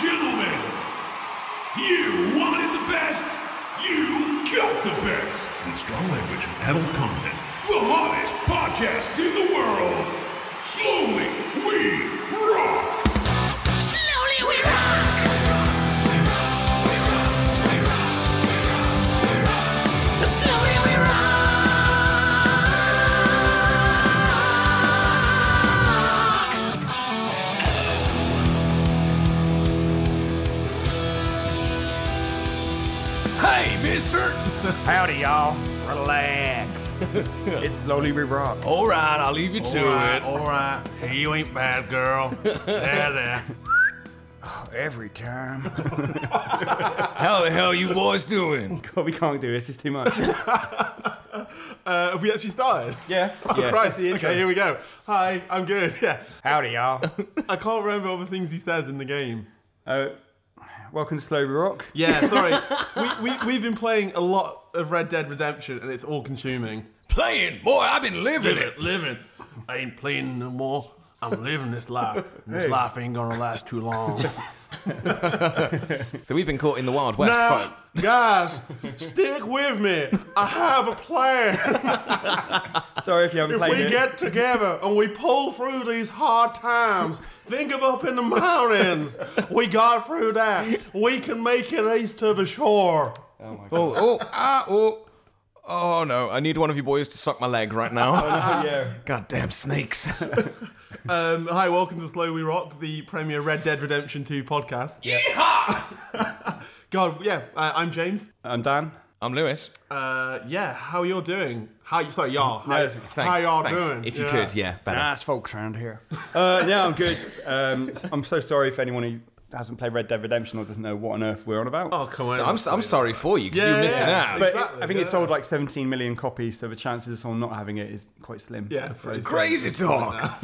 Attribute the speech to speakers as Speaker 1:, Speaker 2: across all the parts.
Speaker 1: Gentlemen, you wanted the best, you got the best. In strong language and adult content, the hottest podcast in the world. Slowly, we rock.
Speaker 2: Slowly we rock! Slowly we rock!
Speaker 3: Hey, mister!
Speaker 4: Howdy, y'all. Relax. it's slowly we rock.
Speaker 3: All right, I'll leave you to it.
Speaker 5: All right. Hey, you ain't bad, girl. there, there.
Speaker 4: Every time.
Speaker 3: How the hell you boys doing?
Speaker 4: God, we can't do this. It's too much.
Speaker 5: Uh, have we actually started?
Speaker 4: Yeah.
Speaker 5: Oh,
Speaker 4: yeah.
Speaker 5: Christ. Okay, here we go. Hi, I'm good. Yeah.
Speaker 4: Howdy, y'all.
Speaker 5: I can't remember all the things he says in the game.
Speaker 4: Uh, welcome to Slow We Rock.
Speaker 5: Yeah, sorry. we, we, we've been playing a lot of Red Dead Redemption, and it's all consuming.
Speaker 3: Playing, boy. I've been living it.
Speaker 5: living. I ain't playing no more. I'm living this life. This life ain't gonna last too long.
Speaker 6: So we've been caught in the Wild West quite.
Speaker 5: Now, guys, stick with me. I have a plan.
Speaker 4: Sorry if you haven't
Speaker 5: If
Speaker 4: played
Speaker 5: we
Speaker 4: it.
Speaker 5: get together and we pull through these hard times, think of up in the mountains. We got through that. We can make it east to the shore.
Speaker 6: Oh, oh, ah, oh. Oh no, I need one of you boys to suck my leg right
Speaker 3: Oh,
Speaker 6: now.
Speaker 4: yeah.
Speaker 6: Goddamn snakes.
Speaker 5: Um, hi, welcome to Slow We Rock, the premier Red Dead Redemption 2 podcast. God, yeah, uh, I'm James.
Speaker 4: I'm Dan.
Speaker 6: I'm Lewis.
Speaker 5: Uh, yeah, how you're doing? How you? Sorry, y'all. How,
Speaker 4: No, thanks,
Speaker 5: how y'all
Speaker 6: Thanks.
Speaker 5: doing?
Speaker 6: If you could, yeah, better.
Speaker 4: Nice folks around here. Uh, yeah, I'm good. Um, I'm so sorry if anyone who hasn't played Red Dead Redemption or doesn't know what on earth we're on about.
Speaker 5: Oh come on.
Speaker 6: I'm, s- I'm sorry for you 'cause
Speaker 5: Yeah,
Speaker 6: you're missing
Speaker 5: yeah.
Speaker 6: out.
Speaker 4: but
Speaker 5: exactly,
Speaker 4: I think it
Speaker 5: yeah.
Speaker 4: sold like 17 million copies, so the chances of someone not having it is quite slim.
Speaker 5: yeah,
Speaker 4: So
Speaker 5: pretty
Speaker 6: Crazy talk.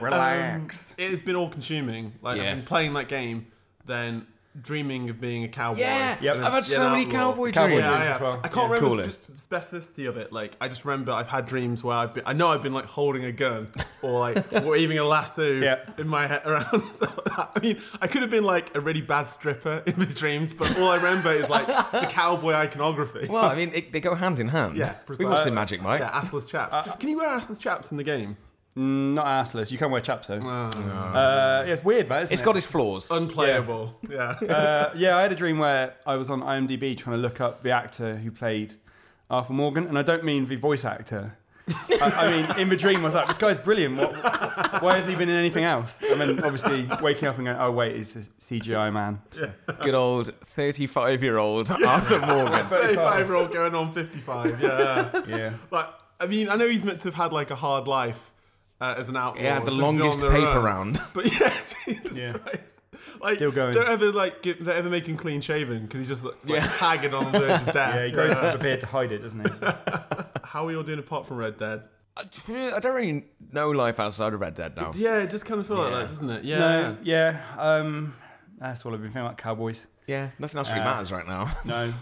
Speaker 4: relax.
Speaker 5: it's been all consuming. Like
Speaker 6: Yeah.
Speaker 5: I've been playing that game, then dreaming of being a cowboy.
Speaker 6: Yeah,
Speaker 4: Yep.
Speaker 6: I've had
Speaker 5: Yeah,
Speaker 6: so many
Speaker 5: outlaw.
Speaker 6: cowboy
Speaker 4: Cowboy
Speaker 6: dreams.
Speaker 4: dreams.
Speaker 5: Yeah, yeah.
Speaker 4: as well.
Speaker 5: I can't
Speaker 6: Yeah.
Speaker 5: remember the
Speaker 6: Coolest.
Speaker 5: spe- specificity of it. Like, I just remember I've had dreams where I've been, I know I've been like holding a gun or like waving a lasso
Speaker 4: Yeah.
Speaker 5: in my head around. So, I mean, I could have been like a really bad stripper in the dreams, but all I remember is like the cowboy iconography.
Speaker 6: Well, I mean, it, they go hand in hand.
Speaker 5: Yeah,
Speaker 6: we watched
Speaker 5: precisely.
Speaker 6: in Magic Mike.
Speaker 5: yeah, assless chaps.
Speaker 6: Uh,
Speaker 5: Can you wear assless chaps in the game?
Speaker 4: Mm, Not assless. You can wear chaps though.
Speaker 5: Oh.
Speaker 4: Uh, yeah, it's weird, right? Isn't
Speaker 6: It's
Speaker 4: it?
Speaker 6: got its flaws.
Speaker 5: Unplayable. Yeah.
Speaker 4: uh, yeah, I had a dream where I was on IMDb trying to look up the actor who played Arthur Morgan, and I don't mean the voice actor. I, I mean, in the dream, I was like, "This guy's brilliant. What, why hasn't he been in anything else?" And then, obviously, waking up and going, "Oh wait, it's a CGI man."
Speaker 6: Good old 35 year old Arthur Morgan.
Speaker 5: 35 year old going on 55. Yeah.
Speaker 4: Yeah,
Speaker 5: Like, I mean, I know he's meant to have had like a hard life uh, as an outlaw.
Speaker 6: Yeah, the
Speaker 5: to be
Speaker 6: longest
Speaker 5: on their
Speaker 6: paper
Speaker 5: own.
Speaker 6: round.
Speaker 5: But yeah, Jesus
Speaker 4: Yeah.
Speaker 5: Christ. Like,
Speaker 4: Still going.
Speaker 5: Don't ever like get, don't ever make him clean shaven because he just looks like haggard on the verge of death.
Speaker 4: yeah, he grows up a beard to hide it, doesn't he?
Speaker 5: How are we all doing apart from Red Dead?
Speaker 6: I don't really know life outside of Red Dead now.
Speaker 5: Yeah, it just kind of feels like that, doesn't it? Yeah.
Speaker 4: No, yeah, um, that's all I've been thinking about cowboys.
Speaker 6: Yeah, nothing else really matters right now.
Speaker 4: No,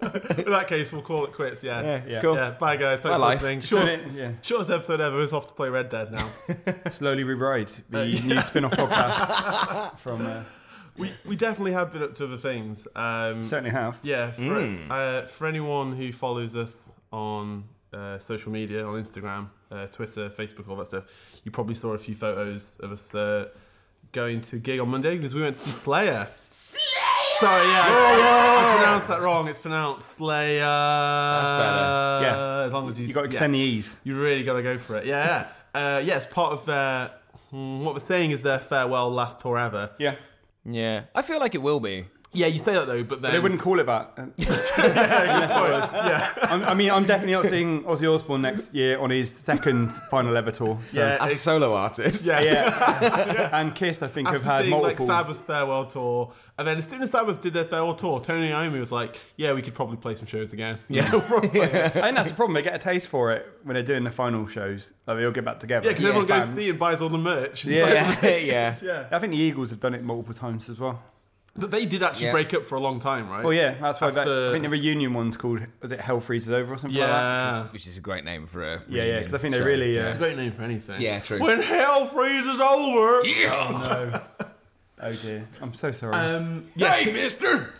Speaker 5: In that case, we'll call it quits. Yeah. Yeah.
Speaker 4: yeah.
Speaker 6: Cool.
Speaker 5: bye guys. Thanks
Speaker 6: Bye,
Speaker 5: for
Speaker 6: life.
Speaker 5: listening. Shortest,
Speaker 4: Turn it- yeah.
Speaker 5: shortest episode ever. We're off to play Red Dead now.
Speaker 4: slowly we ride the new spin-off podcast from. Uh,
Speaker 5: we we definitely have been up to other things. Um,
Speaker 4: certainly have.
Speaker 5: Yeah, for, uh, for anyone who follows us on uh, social media, on Instagram, uh, Twitter, Facebook, all that stuff, you probably saw a few photos of us uh, going to a gig on Monday because we went to see Slayer.
Speaker 2: Slay!
Speaker 5: Sorry, yeah, I, I pronounced that wrong. It's pronounced Slayer. That's
Speaker 6: better.
Speaker 4: Yeah.
Speaker 5: as long as you
Speaker 4: You got to
Speaker 5: yeah.
Speaker 4: extend the ease.
Speaker 5: You really got to go for it. Yeah. Uh, yeah, it's part of their. hmm, What we're saying is their farewell last tour ever.
Speaker 4: Yeah.
Speaker 6: Yeah, I feel like it will be.
Speaker 5: Yeah, you say that though, but then
Speaker 4: They wouldn't call it that. yeah. I'm, I mean, I'm definitely not seeing Ozzy Osbourne next year on his second final ever tour. So.
Speaker 5: Yeah,
Speaker 6: As a solo artist.
Speaker 5: yeah,
Speaker 4: Yeah. and Kiss, I think, have
Speaker 5: after
Speaker 4: had
Speaker 5: seeing
Speaker 4: multiple.
Speaker 5: like Sabbath's farewell tour, and then as soon as Sabbath did their farewell tour, Tony Iommi was like, "Yeah, we could probably play some shows again." Yeah,
Speaker 4: I think that's the problem. They get a taste for it when they're doing the final shows. Like, they all get back together.
Speaker 5: because everyone goes
Speaker 4: Bands.
Speaker 5: to see and buys all the merch.
Speaker 4: Yeah.
Speaker 6: yeah. yeah.
Speaker 4: I think the Eagles have done it multiple times as well.
Speaker 5: but they did actually
Speaker 6: Yeah.
Speaker 5: break up for a long time, right?
Speaker 4: Oh yeah, that's why that,
Speaker 5: After-
Speaker 4: I think the reunion one's called was it Hell Freezes Over or something like that.
Speaker 5: yeah.
Speaker 6: Which is a great name for a.
Speaker 4: Yeah, yeah,
Speaker 6: reunion
Speaker 4: because I think they
Speaker 6: show.
Speaker 4: really. Uh,
Speaker 5: It's a great name for anything.
Speaker 6: Yeah, true.
Speaker 5: When hell freezes over,
Speaker 6: Yeah.
Speaker 4: Oh dear. I'm so sorry.
Speaker 5: Um,
Speaker 6: Hey, mister!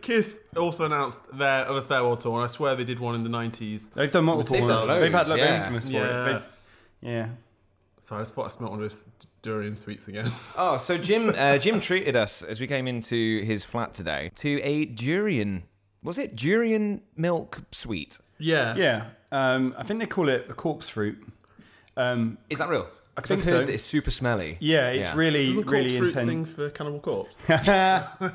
Speaker 5: Kiss also announced their other farewell tour, and I swear they did one in the 90s.
Speaker 4: they've done multiple.
Speaker 6: They've
Speaker 4: ones.
Speaker 6: done
Speaker 4: they've had
Speaker 6: loads,
Speaker 4: like
Speaker 6: yeah.
Speaker 4: infamous for
Speaker 5: Yeah.
Speaker 4: it. They've- yeah.
Speaker 5: Sorry, I just thought I smelled one of those durian sweets again.
Speaker 6: Oh, so Jim uh, Jim treated us as we came into his flat today to a durian. Was it durian milk sweet?
Speaker 5: yeah.
Speaker 4: Yeah. Um, I think they call it a corpse fruit. Um,
Speaker 6: Is that real? Because I've
Speaker 4: think
Speaker 6: heard
Speaker 4: so.
Speaker 6: that it's super smelly.
Speaker 4: yeah, it's really,
Speaker 5: Doesn't Corpse
Speaker 4: really
Speaker 5: Fruit
Speaker 4: intense.
Speaker 5: sing for Cannibal Corpse?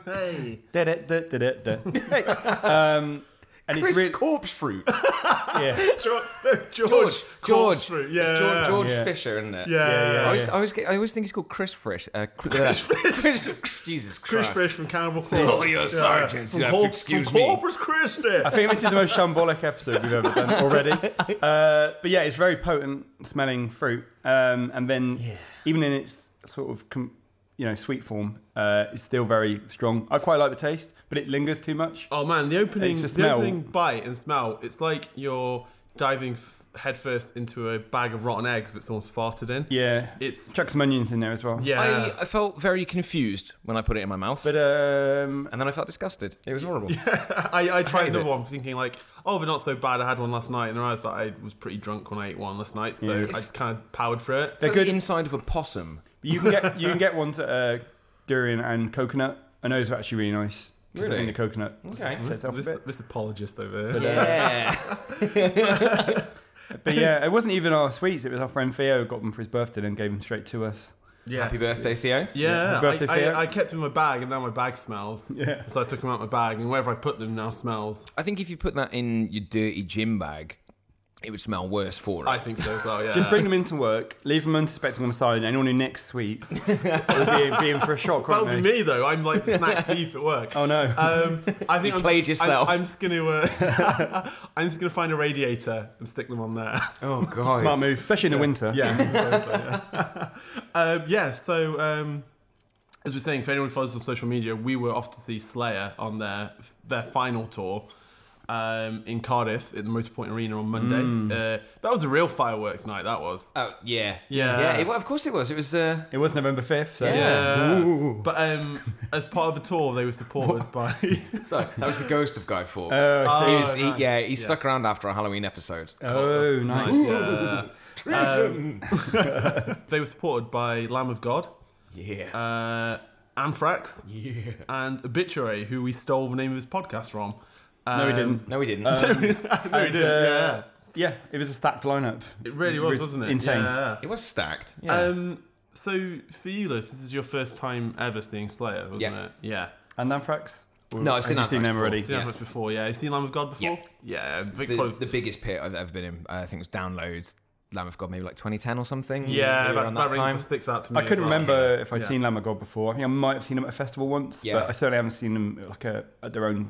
Speaker 5: hey.
Speaker 4: Did it, did did it, did. Hey. Um, and it's
Speaker 6: It's
Speaker 4: really,
Speaker 6: corpse fruit.
Speaker 4: yeah,
Speaker 5: George. no, George.
Speaker 6: George.
Speaker 5: Corpse
Speaker 6: George.
Speaker 5: Fruit.
Speaker 6: It's
Speaker 5: Yeah.
Speaker 6: George, George
Speaker 4: Yeah.
Speaker 6: Fisher, isn't it?
Speaker 5: Yeah.
Speaker 4: Yeah,
Speaker 6: I
Speaker 4: yeah,
Speaker 6: always, I always, get, I always think he's called Chris Frisch. Uh, Chris, Chris, Jesus
Speaker 5: Chris
Speaker 6: Christ.
Speaker 5: Frisch from Cannibal Corpse.
Speaker 3: Oh, you're sorry, James, you have to
Speaker 5: Corp-
Speaker 3: excuse
Speaker 5: from
Speaker 3: me.
Speaker 5: Corpus Christi.
Speaker 4: I think this is the most shambolic episode we've ever done already. Uh, but yeah, it's very potent smelling fruit, um, and then even in its sort of com- you know sweet form, uh, it's still very strong. I quite like the taste, but it lingers too much.
Speaker 5: Oh man, the opening,
Speaker 4: It's the
Speaker 5: the
Speaker 4: smell.
Speaker 5: opening bite and smell. It's like you're diving f- headfirst into a bag of rotten eggs that someone's farted in.
Speaker 4: Yeah,
Speaker 5: It's
Speaker 4: chuck some onions in there as well.
Speaker 5: yeah.
Speaker 6: I, I felt very confused when I put it in my mouth.
Speaker 4: but um,
Speaker 6: and then I felt disgusted. It was horrible.
Speaker 5: I, I tried
Speaker 6: hated
Speaker 5: another
Speaker 6: it.
Speaker 5: one thinking like, oh, they're not so bad. I had one last night, and I realized that I was pretty drunk when I ate one last night, so I
Speaker 6: It's-
Speaker 5: kind of powered through it.
Speaker 6: They're
Speaker 4: good-
Speaker 6: good. inside of a possum.
Speaker 4: you can get you can get ones that are durian and coconut, and those are actually really nice. 'cause I
Speaker 6: Really?
Speaker 4: think the coconut
Speaker 6: Okay.
Speaker 4: sets it off a
Speaker 5: This,
Speaker 4: bit.
Speaker 5: this apologist over here.
Speaker 6: Yeah.
Speaker 4: But yeah, it wasn't even our sweets. It was our friend Theo got them for his birthday and gave them straight to us.
Speaker 5: Yeah.
Speaker 6: Happy birthday, Theo.
Speaker 5: Yeah,
Speaker 4: Happy birthday,
Speaker 5: I,
Speaker 4: Theo.
Speaker 5: I, I kept them in my bag, and now my bag smells.
Speaker 4: Yeah.
Speaker 5: So I took them out my bag, and wherever I put them now smells.
Speaker 6: I think if you put that in your dirty gym bag, it would smell worse for it.
Speaker 5: I think so as well. Yeah.
Speaker 4: Just bring them into work, leave them unsuspecting on the side, and anyone who nicks sweets will be, be in for a shock,
Speaker 5: That'll
Speaker 4: won't
Speaker 5: be
Speaker 4: they?
Speaker 5: me though. I'm like the snack thief at work.
Speaker 4: Oh no.
Speaker 5: Um, I think
Speaker 6: You
Speaker 5: I'm,
Speaker 6: played yourself.
Speaker 5: I'm, I'm just gonna. Uh, I'm just gonna find a radiator and stick them on there.
Speaker 6: oh god.
Speaker 4: Smart move, especially in the winter.
Speaker 5: Yeah. um, yeah. So um, as we're saying, for anyone who follows us on social media, we were off to see Slayer on their their final tour. Um, in Cardiff at the Motorpoint Arena on Monday.
Speaker 6: Mm.
Speaker 5: Uh, that was a real fireworks night. That was.
Speaker 6: Oh yeah.
Speaker 5: Yeah.
Speaker 6: Yeah. It, well, of course it was. It was. Uh,
Speaker 4: It was November 5th, so
Speaker 6: yeah.
Speaker 5: Uh, But um, as part of the tour, they were supported by.
Speaker 6: So that was the ghost of Guy Fawkes.
Speaker 4: Oh, I see.
Speaker 6: he was, he,
Speaker 5: nice.
Speaker 6: Yeah, he stuck around after a Halloween episode.
Speaker 4: Oh, nice.
Speaker 5: Yeah. Um,
Speaker 6: Treason.
Speaker 5: they were supported by Lamb of God,
Speaker 6: yeah.
Speaker 5: uh, Anthrax, and Obituary, who we stole the name of his podcast from.
Speaker 4: No, we
Speaker 5: Um,
Speaker 4: didn't.
Speaker 6: no, we didn't.
Speaker 5: No, we
Speaker 4: And,
Speaker 5: didn't. yeah.
Speaker 4: uh, yeah, it was a stacked lineup.
Speaker 5: It really was, wasn't it?
Speaker 4: Insane.
Speaker 5: Yeah.
Speaker 6: it was stacked. Yeah.
Speaker 5: Um, so for you, Lewis, this is your first time ever seeing Slayer, wasn't
Speaker 6: Yeah.
Speaker 5: it? Yeah.
Speaker 4: And Anthrax?
Speaker 6: no, I've
Speaker 4: Have
Speaker 6: seen
Speaker 4: you
Speaker 6: that
Speaker 4: seen them already?
Speaker 5: Seen that much before, yeah. You seen Lamb of God before? Yeah. big
Speaker 6: The,
Speaker 5: probably-
Speaker 6: the biggest pit I've ever been in, uh, I think, was downloads. Lamb of God, maybe like 2010 or something.
Speaker 5: yeah,
Speaker 6: maybe
Speaker 5: that,
Speaker 6: around
Speaker 5: that,
Speaker 6: that,
Speaker 5: really
Speaker 6: time.
Speaker 5: sticks out to me.
Speaker 4: I couldn't
Speaker 5: as well.
Speaker 4: remember if I'd
Speaker 5: Yeah.
Speaker 4: seen Lamb of God before. I think I might have seen them at a festival once,
Speaker 6: Yeah.
Speaker 4: but I certainly haven't seen them at like a, at their own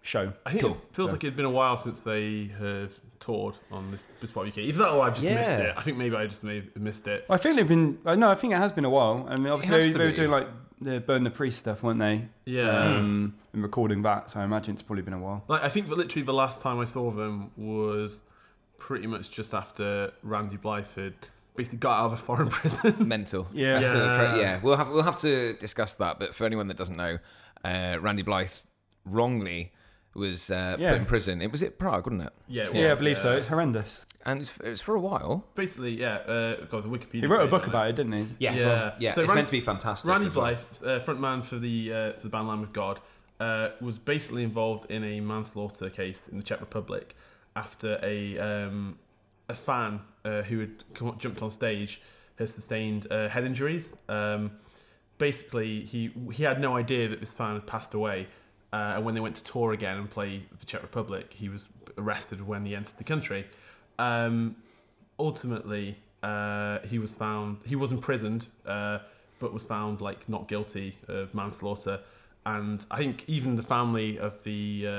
Speaker 4: show.
Speaker 5: I think
Speaker 6: Cool.
Speaker 5: it feels like it had been a while since they have toured on this, this part of UK. Either that or I've just missed
Speaker 6: Yeah.
Speaker 5: it. oh, I think maybe I just may have missed it.
Speaker 4: I feel they've been. I know. I think it has been a while. I mean,
Speaker 6: has
Speaker 4: obviously
Speaker 6: to
Speaker 4: they, they were
Speaker 6: be.
Speaker 4: doing like the burn the priest stuff, weren't they?
Speaker 5: Yeah.
Speaker 4: Um, and recording that, so I imagine it's probably been a while.
Speaker 5: Like I think that literally the last time I saw them was pretty much just after Randy Blyford basically got out of a foreign prison.
Speaker 6: Mental.
Speaker 4: Yeah.
Speaker 6: That's the
Speaker 5: Yeah.
Speaker 6: cra- yeah. We'll have we'll have to discuss that. But for anyone that doesn't know, uh, Randy Blythe wrongly was uh,
Speaker 4: Yeah.
Speaker 6: put in prison. It was at Prague, wasn't it?
Speaker 5: yeah, it
Speaker 4: Yeah, I
Speaker 5: was,
Speaker 4: believe so. It's horrendous.
Speaker 6: And it's, it's for a while.
Speaker 5: Basically, yeah, uh, because of Wikipedia.
Speaker 4: He wrote a book
Speaker 5: page,
Speaker 4: about it, didn't he?
Speaker 6: Yeah.
Speaker 5: Yeah.
Speaker 6: Well, yeah.
Speaker 5: So
Speaker 6: it's
Speaker 5: Ran-
Speaker 6: meant to be fantastic.
Speaker 5: Randy
Speaker 6: as well.
Speaker 5: Blythe, uh, frontman for the uh, for the band Lamb of God, uh, was basically involved in a manslaughter case in the Czech Republic after a um, a fan uh, who had come, jumped on stage had sustained uh, head injuries. Um, basically, he he had no idea that this fan had passed away. Uh, and when they went to tour again and play the Czech Republic, he was arrested when he entered the country. Um, ultimately uh, he was found he was imprisoned uh, but was found like not guilty of manslaughter and i think even the family of the uh,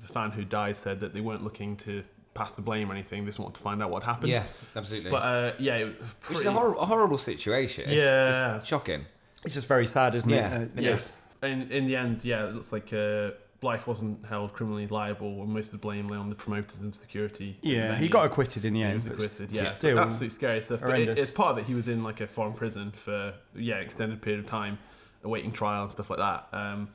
Speaker 5: the fan who died said that they weren't looking to pass the blame or anything they just wanted to find out what happened
Speaker 6: Yeah, absolutely.
Speaker 5: but uh, yeah it was
Speaker 6: Which is
Speaker 5: pretty-
Speaker 6: a, hor- a horrible situation. It's
Speaker 5: Yeah.
Speaker 6: just shocking.
Speaker 4: It's just very sad, isn't
Speaker 6: Yeah,
Speaker 4: it?
Speaker 6: it
Speaker 5: yeah. in in the end yeah it looks like uh, Blythe wasn't held criminally liable, and most of the blame lay on the promoters and security. at the
Speaker 4: Yeah, he
Speaker 5: venue.
Speaker 4: got acquitted in the end.
Speaker 5: He was
Speaker 4: but
Speaker 5: acquitted. Yeah,
Speaker 4: Still,
Speaker 5: absolute scary stuff. But it,
Speaker 4: horrendous.
Speaker 5: it's part of it. He was in like a foreign prison for yeah extended period of time, awaiting trial and stuff like that. Um,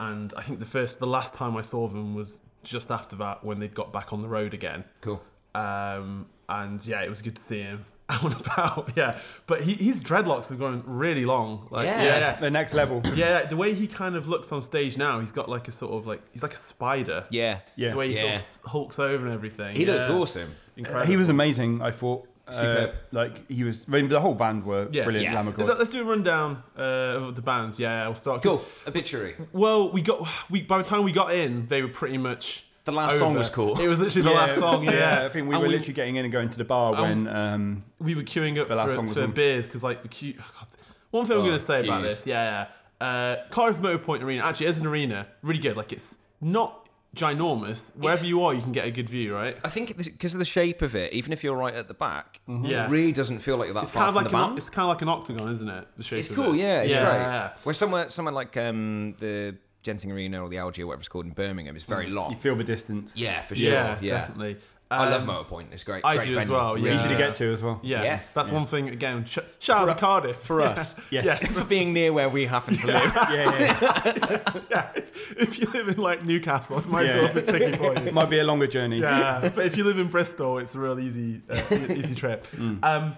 Speaker 5: and I think the first, the last time I saw them was just after that when they'd got back on the road again.
Speaker 6: Cool.
Speaker 5: Um, and yeah, it was good to see him out and about. Yeah, but he, his dreadlocks have gone really long. Like
Speaker 6: Yeah.
Speaker 5: yeah, yeah.
Speaker 4: the next level.
Speaker 5: Yeah, the way he kind of looks on stage now, he's got like a sort of like he's like a spider.
Speaker 6: Yeah.
Speaker 4: Yeah.
Speaker 5: the way he
Speaker 6: Yeah.
Speaker 5: sort of hulks over and everything.
Speaker 6: He
Speaker 5: yeah.
Speaker 6: looks awesome.
Speaker 5: Incredible.
Speaker 4: He was amazing. I thought. Uh,
Speaker 6: Superb.
Speaker 4: like he was, I mean, the whole band were
Speaker 5: Yeah.
Speaker 4: brilliant.
Speaker 6: Yeah.
Speaker 4: Lamb of God.
Speaker 5: Is that- let's do a rundown uh, of the bands. Yeah, we'll start. 'cause-
Speaker 6: Cool. Obituary.
Speaker 5: Well, we got we by the time we got in, they were pretty much.
Speaker 6: The last
Speaker 5: over.
Speaker 6: song was cool.
Speaker 5: It was literally the last song. Yeah,
Speaker 4: I think we
Speaker 5: And
Speaker 4: were literally getting in and going to the bar when um,
Speaker 5: we were queuing up
Speaker 4: The last
Speaker 5: for,
Speaker 4: song was
Speaker 5: for
Speaker 4: on.
Speaker 5: beers because like the queue. oh, God. One thing I'm
Speaker 6: Oh,
Speaker 5: going to say about
Speaker 6: queues.
Speaker 5: this, yeah, yeah. Uh, Cardiff Motor Point Arena actually as an arena, really good. Like it's not ginormous. Wherever
Speaker 6: It's-
Speaker 5: you are, you can get a good view, right?
Speaker 6: I think because of the shape of it, even if you're right at the back,
Speaker 5: Mm-hmm. Yeah.
Speaker 6: it really doesn't feel like you're that
Speaker 5: It's
Speaker 6: far
Speaker 5: kind of
Speaker 6: from
Speaker 5: like
Speaker 6: the
Speaker 5: an,
Speaker 6: band.
Speaker 5: o- it's kind of like an octagon, isn't it? The shape
Speaker 6: It's
Speaker 5: of
Speaker 6: cool,
Speaker 5: it.
Speaker 6: yeah, it's great.
Speaker 5: yeah.
Speaker 6: Where somewhere, somewhere like um, the Genting Arena or the Algae or whatever it's called in Birmingham is very long.
Speaker 4: you feel the distance.
Speaker 6: yeah, for sure.
Speaker 5: Mm. yeah,
Speaker 6: Yeah,
Speaker 5: definitely.
Speaker 6: I love
Speaker 5: Um,
Speaker 6: Motor Point. It's great.
Speaker 5: I
Speaker 6: great
Speaker 5: do as
Speaker 6: venue.
Speaker 5: well, yeah.
Speaker 4: Easy to get to as well.
Speaker 5: Yeah,
Speaker 6: Yes.
Speaker 5: that's one thing. Again, sh- shout out to Cardiff
Speaker 6: for us.
Speaker 4: Yes.
Speaker 6: for being near where we happen to live.
Speaker 4: yeah, yeah.
Speaker 5: yeah, if, if you live in like Newcastle, it might
Speaker 4: Yeah.
Speaker 5: be a bit tricky for you.
Speaker 4: It might be a longer journey.
Speaker 5: Yeah, but if you live in Bristol, it's a real easy, uh, e- easy trip.
Speaker 6: Mm.
Speaker 5: Um,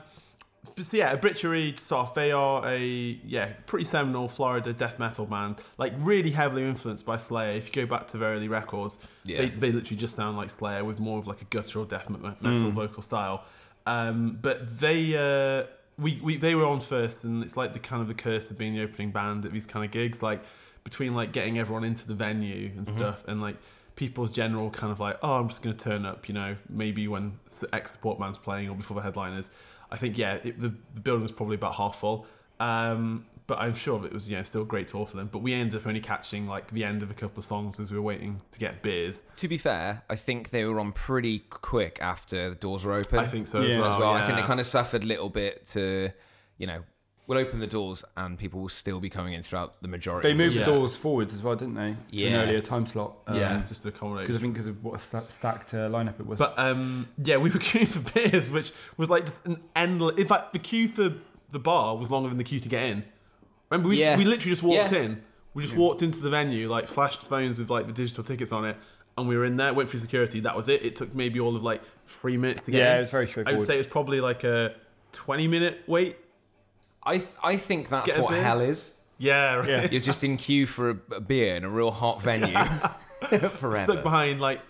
Speaker 5: but so yeah, Obituary Soft. They are a yeah pretty seminal Florida death metal band, like really heavily influenced by Slayer. If you go back to their early records,
Speaker 6: Yeah.
Speaker 5: they, they literally just sound like Slayer with more of like a guttural death me- metal vocal style. Um, but they uh, we, we they were on first, and it's like the kind of the curse of being the opening band at these kind of gigs, like between like getting everyone into the venue and stuff, and like people's general kind of like, oh, I'm just going to turn up, you know, maybe when s- X support man's playing or before the headliners. I think yeah, it, the, the building was probably about half full. Um, but I'm sure it was you know still a great tour for them. But we ended up only catching like the end of a couple of songs as we were waiting to get beers.
Speaker 6: to be fair, I think they were on pretty quick after the doors were open.
Speaker 5: I think so as
Speaker 4: Yeah.
Speaker 5: well.
Speaker 6: as well. I think
Speaker 5: yeah.
Speaker 6: they kind of suffered a little bit to, you know, we'll open the doors and people will still be coming in throughout the majority.
Speaker 4: They moved
Speaker 5: Yeah.
Speaker 4: the doors forwards as well, didn't they? To
Speaker 6: Yeah.
Speaker 4: an earlier time slot.
Speaker 5: yeah, Um, just to accommodate.
Speaker 4: Because I think because of what a sta- stacked uh, lineup it was.
Speaker 5: But um, yeah, we were queuing for beers, which was like just an endless. In fact, the queue for the bar was longer than the queue to get in. Remember, we,
Speaker 6: Yeah.
Speaker 5: we literally just walked
Speaker 6: Yeah.
Speaker 5: in. We just walked into the venue, like flashed phones with like the digital tickets on it, and we were in there. Went through security. That was it. It took maybe all of like three minutes to get
Speaker 4: Yeah,
Speaker 5: in.
Speaker 4: it was very
Speaker 5: I would
Speaker 4: straightforward.
Speaker 5: say it was probably like a twenty-minute wait.
Speaker 6: I, th- I think that's
Speaker 5: Get a
Speaker 6: what
Speaker 5: beer.
Speaker 6: hell is.
Speaker 5: Yeah, right.
Speaker 4: Yeah.
Speaker 6: You're just in queue for a, a beer in a real hot venue
Speaker 5: Stuck
Speaker 6: forever.
Speaker 5: behind like